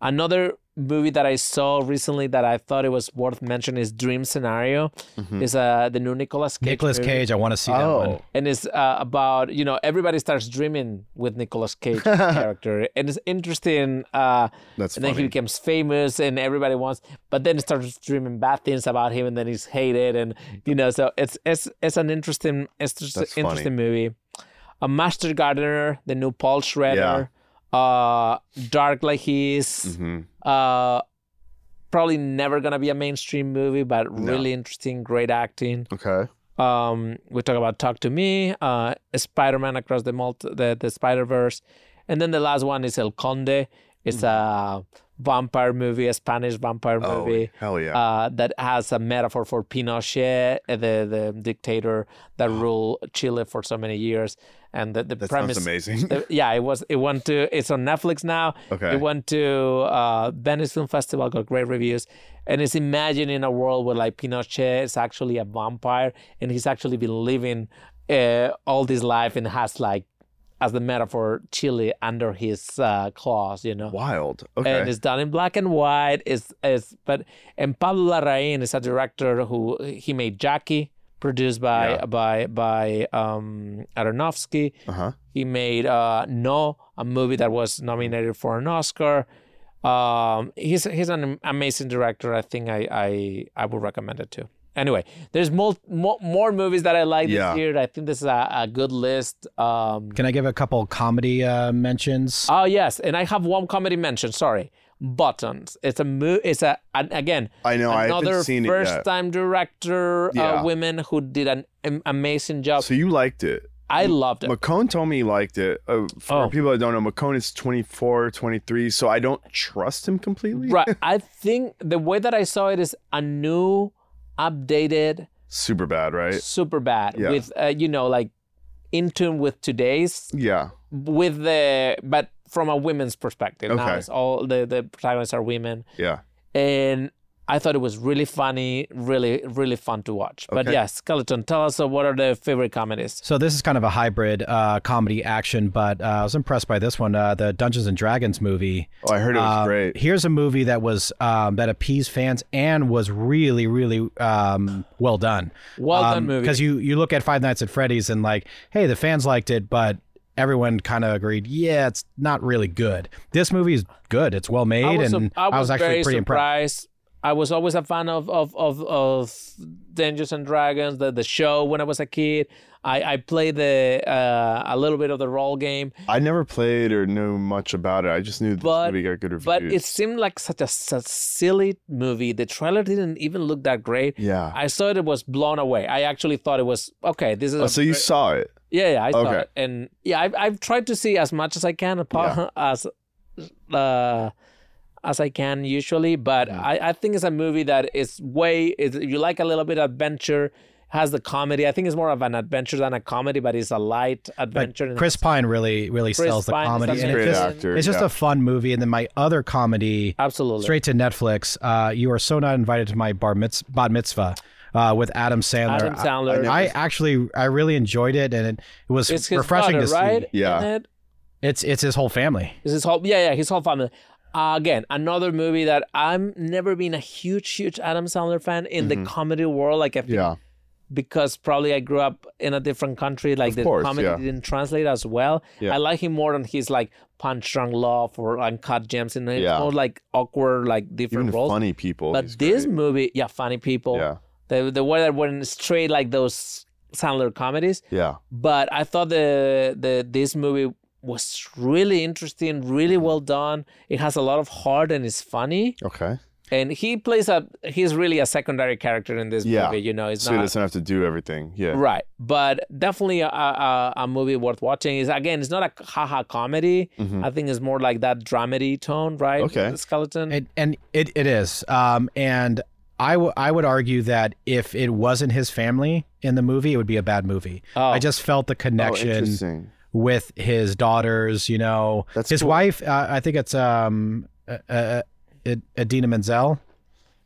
Another movie that I saw recently that I thought it was worth mentioning is Dream Scenario. Mhm. It's uh the new Nicolas Cage. Mm. Nicolas movie. Cage, I want to see that one. Oh, And it's uh, about you know everybody starts dreaming with Nicolas Cage character, and it's interesting. Uh, that's and then he funny. becomes famous, and everybody wants. But then starts dreaming bad things about him, and then he's hated, and you know. So it's it's it's an interesting, interesting, That's funny. interesting movie. A Master Gardener, the new Paul Schrader, uh, Dark Like He Is, hmm uh, probably never gonna be a mainstream movie, but No. really interesting, great acting. Okay. Um, we talk about Talk to Me, uh, Spider Man across the multi- the, the Spider Verse, and then the last one is El Conde. It's a vampire movie, a Spanish vampire Oh, movie. hell yeah. Uh, that has a metaphor for Pinochet, uh, the, the dictator that ruled Chile for so many years, and the, the that premise. sounds amazing. the- Uh, yeah, it was. It went to. It's on Netflix now. Okay. It went to uh, Venice Film Festival, got great reviews, and it's imagining a world where like Pinochet is actually a vampire, and he's actually been living uh, all this life and has like, as the metaphor, Chile under his uh, claws, you know. Wild. Okay. And it's done in black and white. It's, it's but and Pablo Larraín is a director who he made Jackie, produced by Yeah. by by um, Aronofsky. uh huh. He made uh, No, a movie that was nominated for an Oscar. Um, he's he's an amazing director. I think I I, I would recommend it too. Anyway, there's mul- mo- more movies that I like Yeah. this year. I think this is a, a good list. Um, Can I give a couple comedy uh, mentions? oh yes, and I have one comedy mention. Sorry, Buttons. It's a mo- It's a and again I know. I another haven't seen it first yet. time director Yeah. uh, women who did an am- amazing job. So you liked it. I loved it. McCone told me he liked it. Uh, for Oh. people that don't know, McCone is 24, 23, so I don't trust him completely. right. I think the way that I saw it is a new, updated, Super bad, right? super bad Eh, Yeah. with uh, you know like in tune with today's Yeah. with the but from a women's perspective. Now Okay. it's all the the protagonists are women, Yeah. and I thought it was really funny, really really fun to watch. But Okay. yeah, Skeleton, tell us uh, what are the favorite comedies. So this is kind of a hybrid uh, comedy action, but uh, I was impressed by this one, uh, the Dungeons and Dragons movie. Oh, I heard it was Um, great. Here's a movie that was um, that appeased fans and was really, really um, well done. Well done movie. Because Um, you you look at Five Nights at Freddy's and like, hey, the fans liked it, but everyone kind of agreed, yeah, it's not really good. This movie is good. It's well made, I was, and I was, actually very pretty impressed. surprised. I was always a fan of of of, of Dungeons and Dragons, the, the show when I was a kid. I, I played the uh, a little bit of the role game, I never played or knew much about it. I just knew this But- movie got good reviews. but it seemed like such a, such silly movie. The trailer didn't even look that great. yeah. I saw it, it was blown away. I actually thought it was okay. This is oh, a so you great- saw it. yeah, yeah, I saw Okay. it, and yeah, I've I've tried to see as much as I can apart as uh as I can usually, but I, I think it's a movie that is way is if you like a little bit of adventure, has the comedy. I think it's more of an adventure than a comedy, but it's a light But adventure. Chris Pine really, really Chris sells the Pine is comedy, such and a it Great just- actor. it's just yeah. a fun movie. And then my other comedy, absolutely straight to Netflix, uh, you are so not invited to my bar mitz- bat mitzvah uh, with Adam Sandler. Adam Sandler. I, I actually, I really enjoyed it, and it, it was it's his refreshing brother, to see. right? Yeah. Isn't it? It's it's his whole family. It's his whole yeah yeah his whole family. Uh, again, another movie that I'm never been a huge huge Adam Sandler fan in Mm-hmm. Mhm. the comedy world. Like I think yeah. because probably I grew up in a different country. Like Of the course, comedy yeah. didn't translate as well. Yeah. I like him more than his like Punch Drunk Love or Uncut Gems and Yeah. yeah. more like awkward, like different Even roles. funny people. he's but this great. movie, yeah, funny people. Yeah. The the one that went straight like those Sandler comedies. Yeah. But I thought the the this movie was really interesting, really well done. It has a lot of heart and it's funny. Okay. And he plays a he's really a secondary character in this Yeah. movie. You know, it's so he not doesn't have to do everything. Yeah. Right, but definitely a, a, a movie worth watching. Is again, it's not a haha comedy. Mhm. I think it's more like that dramedy tone, right? Okay. Skeleton. It, Mm-hmm. and it, it is. Um, and I, w- I would argue that if it wasn't his family in the movie, it would be a bad movie. oh, I just felt the Oh, connection interesting. with his daughters. You know, That's his cool. wife. Uh, I think it's um, uh, uh, Ad- Adina Menzel.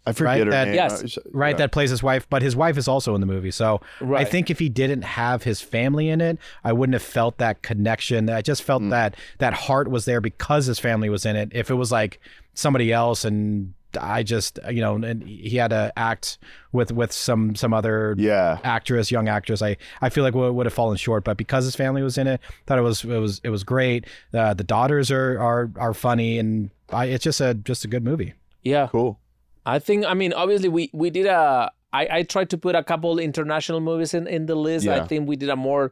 I forget Right, her that- name. Yes. Uh, right? That plays his wife, but his wife is also in the movie. So Right. I think if he didn't have his family in it, I wouldn't have felt that connection. I just felt that that heart was there because his family was in it. If it was like somebody else and I just you know and he had to act with with some some other Yeah. actress, young actress. I I feel like would would have fallen short, but because his family was in it, thought it was it was it was great. Uh, the daughters are are are funny, and I, it's just a just a good movie. Yeah. Cool. I think I mean obviously we we did a I, I tried to put a couple international movies in, in the list. I Yeah. think we did a more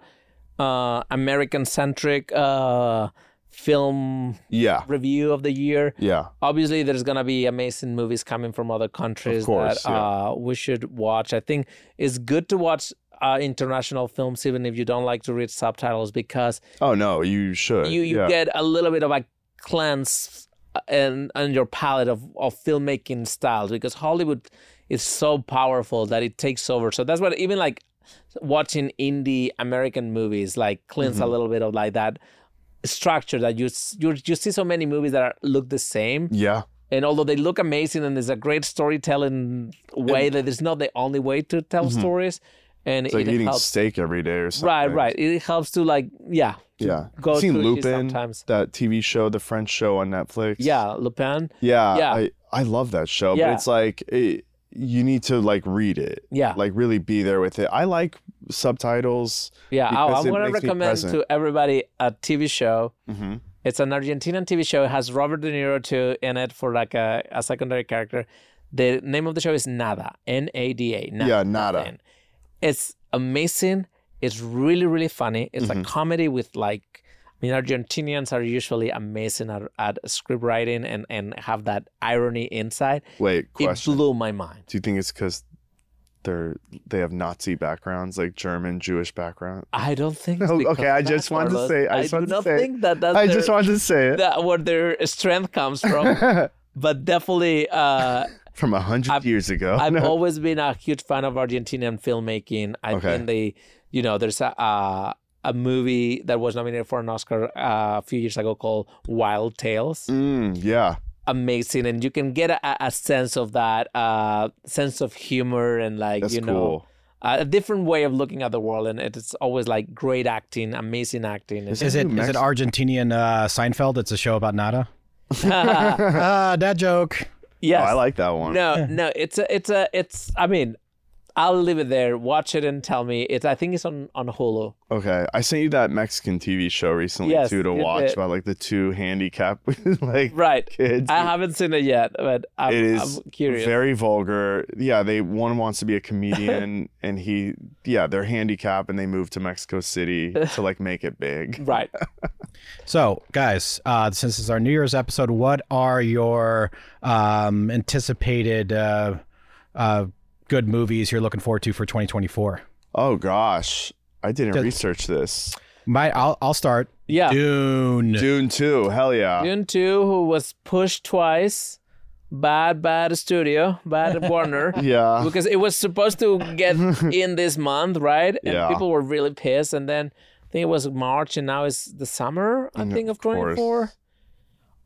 uh, American centric uh, film Yeah. review of the year. Yeah. Obviously, there's gonna be amazing movies coming from other countries course, that uh, we should watch. I think it's good to watch uh, international films even if you don't like to read subtitles because Oh no, you should. you you yeah. get a little bit of a cleanse and and your palette of, of filmmaking styles because Hollywood is so powerful that it takes over. So that's what even like watching indie American movies like cleanse Mm-hmm. a little bit of like that structure that you s- you you see so many movies that are, look the same yeah. and although they look amazing and there's a great storytelling way that it's not the only way to tell stories and Mm-hmm. It's like it eating helps steak every day or something. right right it helps to like yeah to Yeah. go I've seen through Lupin, it sometimes that TV show, the French show on Netflix. Yeah, Lupin. Yeah. Yeah. I, I love that show, Yeah. but it's like it, you need to like read it. Yeah, Like really be there with it. I like subtitles. yeah. I, because I'm it gonna makes me recommend present. to everybody a TV show. Mm-hmm. It's an Argentinian TV show. It has Robert De Niro too in it for like a, a secondary character. The name of the show is Nada. N A D A. Yeah, Nada. nothing. It's amazing. It's really really funny. It's Mm-hmm. a comedy with like. I mean, Argentinians are usually amazing at, at script writing and, and have that irony inside. Wait, question. It blew my mind. Do you think it's because they're they have Nazi backgrounds, like German Jewish background? I don't think. it's Oh, because okay, I of that, just wanted to Carlos. say- I I just do wanted to not say- think that that's I their- just wanted to say it that where their strength comes from. but definitely, uh, from a hundred I've- years ago. I've Oh, No. always been a huge fan of Argentinian filmmaking. I Okay. think they, you know, there's a, a a movie that was nominated for an Oscar uh, a few years ago called Wild Tales. Mm, yeah. Amazing, and you can get a, a sense of that uh, sense of humor and like That's you know. cool. A different way of looking at the world, and it's always like great acting, amazing acting. It's- Is it Ooh, is it Mex- Argentinian uh, Seinfeld? It's a show about nada. Ah, that joke. yes, Oh, I like that one. No, no, it's a, it's a, it's. I mean, I'll leave it there. Watch it and tell me. It's. I think it's on on Hulu. Okay, I sent you that Mexican TV show recently Yes, too to you watch did. about like the two handicapped like Right. kids. I haven't seen it yet, but I'm, it is I'm curious. very vulgar. Yeah, they one wants to be a comedian and he yeah they're handicapped and they move to Mexico City to like make it big. right. So, guys, uh, since it's our New Year's episode, what are your um, anticipated uh, uh, good movies you're looking forward to for 2024? Oh gosh, I didn't Does- research this. My, I'll, I'll start. Yeah. Dune. Dune two, hell yeah. Dune Two, who was pushed twice, bad, bad studio, bad Warner. Yeah. Because it was supposed to get in this month, right? And Yeah. people were really pissed. And then I think it was March, and now it's the summer. I Mm, think of of course. twenty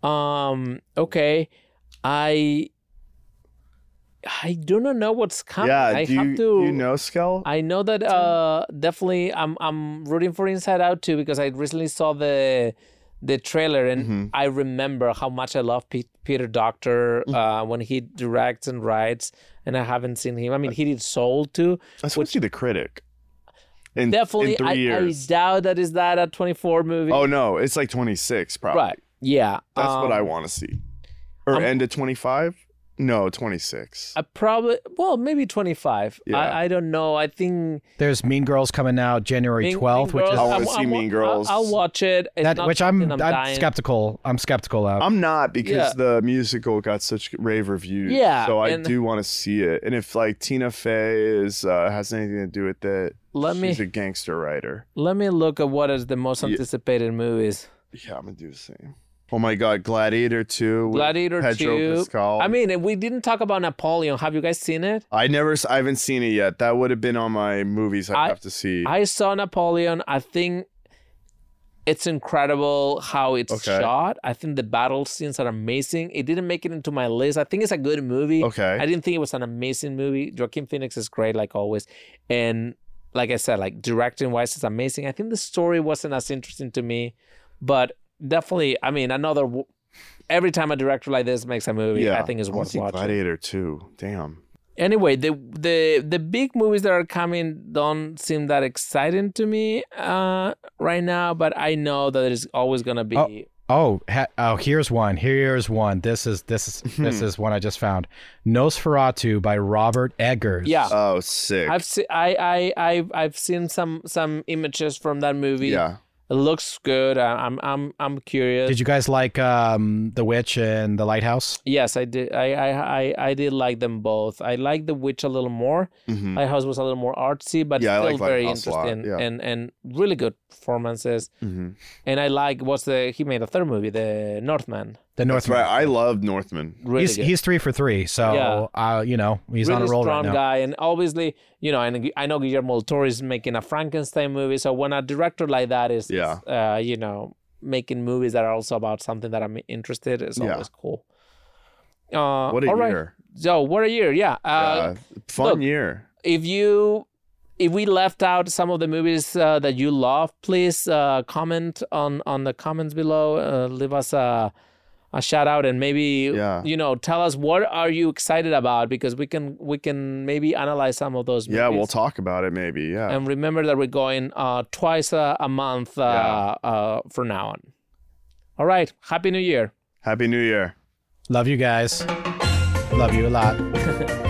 four. Um. Okay. I. I do not know what's coming. yeah. I do, have to. you, do you know Skell? I know that uh, definitely. I'm I'm rooting for Inside Out too because I recently saw the the trailer and Mm-hmm. I remember how much I love Pe- Peter Doctor Mm-hmm. uh, when he directs and writes. And I haven't seen him. I mean, he did Soul too. I supposed to be the critic. In, Definitely, in three I, I years. doubt that is that a 24 movie. oh no, it's like twenty six probably. right. Yeah. That's what Um, I want to see. Or I'm- end at 25? No, 26. I probably well maybe 25. Yeah. I, I don't know. I think There's Mean Girls coming out January Mean- 12th, Mean which is I Girls, wanna I'm- see I'm- Mean Girls. I'll, I'll watch it. It's that, not which I'm, something I'm, dying- skeptical. I'm skeptical of. I'm not because Yeah. the musical got such rave reviews. Yeah, So I and- do want to see it. And if like Tina Fey is uh, has anything to do with it, Let me she's a gangster writer. Let me look at what is the most Yeah. anticipated movies. Yeah, I'm gonna do the same. Oh my god, Gladiator 2. with Gladiator Pedro 2. Pascal. I mean, we didn't talk about Napoleon. Have you guys seen it? I never s- I haven't seen it yet. That would have been on my movies I, I- have to see. I saw Napoleon. I think It's incredible how it's Okay. shot. I think the battle scenes are amazing. It didn't make it into my list. I think it's a good movie. Okay. I didn't think it was an amazing movie. Joaquin Phoenix is great, like always, and like I said, like directing wise, it's amazing. I think the story wasn't as interesting to me, but definitely, I mean, another. w- Every time a director like this makes a movie, I think it's wanna worth see watching. Gladiator too. Damn. Anyway, the the the big movies that are coming don't seem that exciting to me uh, right now, but I know that it's always gonna be. Oh, ha- oh, here's one. Here's one. This is this is this is one I just found. Nosferatu by Robert Eggers. Yeah. Oh, sick. I've se- I I I've I've seen some some images from that movie. yeah. It looks good. I, I'm I'm I'm curious. Did you guys like um, The Witch and The Lighthouse? Yes, I did. I, I I I did like them both. I like The Witch a little more. Mhm. Lighthouse was a little more artsy, but Yeah, I still like very Lighthouse a interesting lot, yeah. and and really good performances. Mhm. And I like what's the he made a third movie, The Northman. The That's Northman. right. I loved Northman. Really he's good. he's three for three. So uh, you know he's really on a roll strong right now. guy, and obviously, you know, and I know Guillermo del Toro is making a Frankenstein movie. So when a director like that is, is, Yeah. uh, you know, making movies that are also about something that I'm interested, it's Yeah. always cool. Uh, What a all right. year. So what a year, yeah. Uh, yeah. Fun look. year. if you if we left out some of the movies uh, that you love please uh, comment on on the comments below uh, leave us a a shout out and maybe Yeah. you know tell us what are you excited about because we can we can maybe analyze some of those movies Yeah, we'll talk about it maybe. Yeah. and remember that we're going uh, twice a, a month uh, uh, from now on all right happy new year Happy New Year. Love you guys. Love you a lot.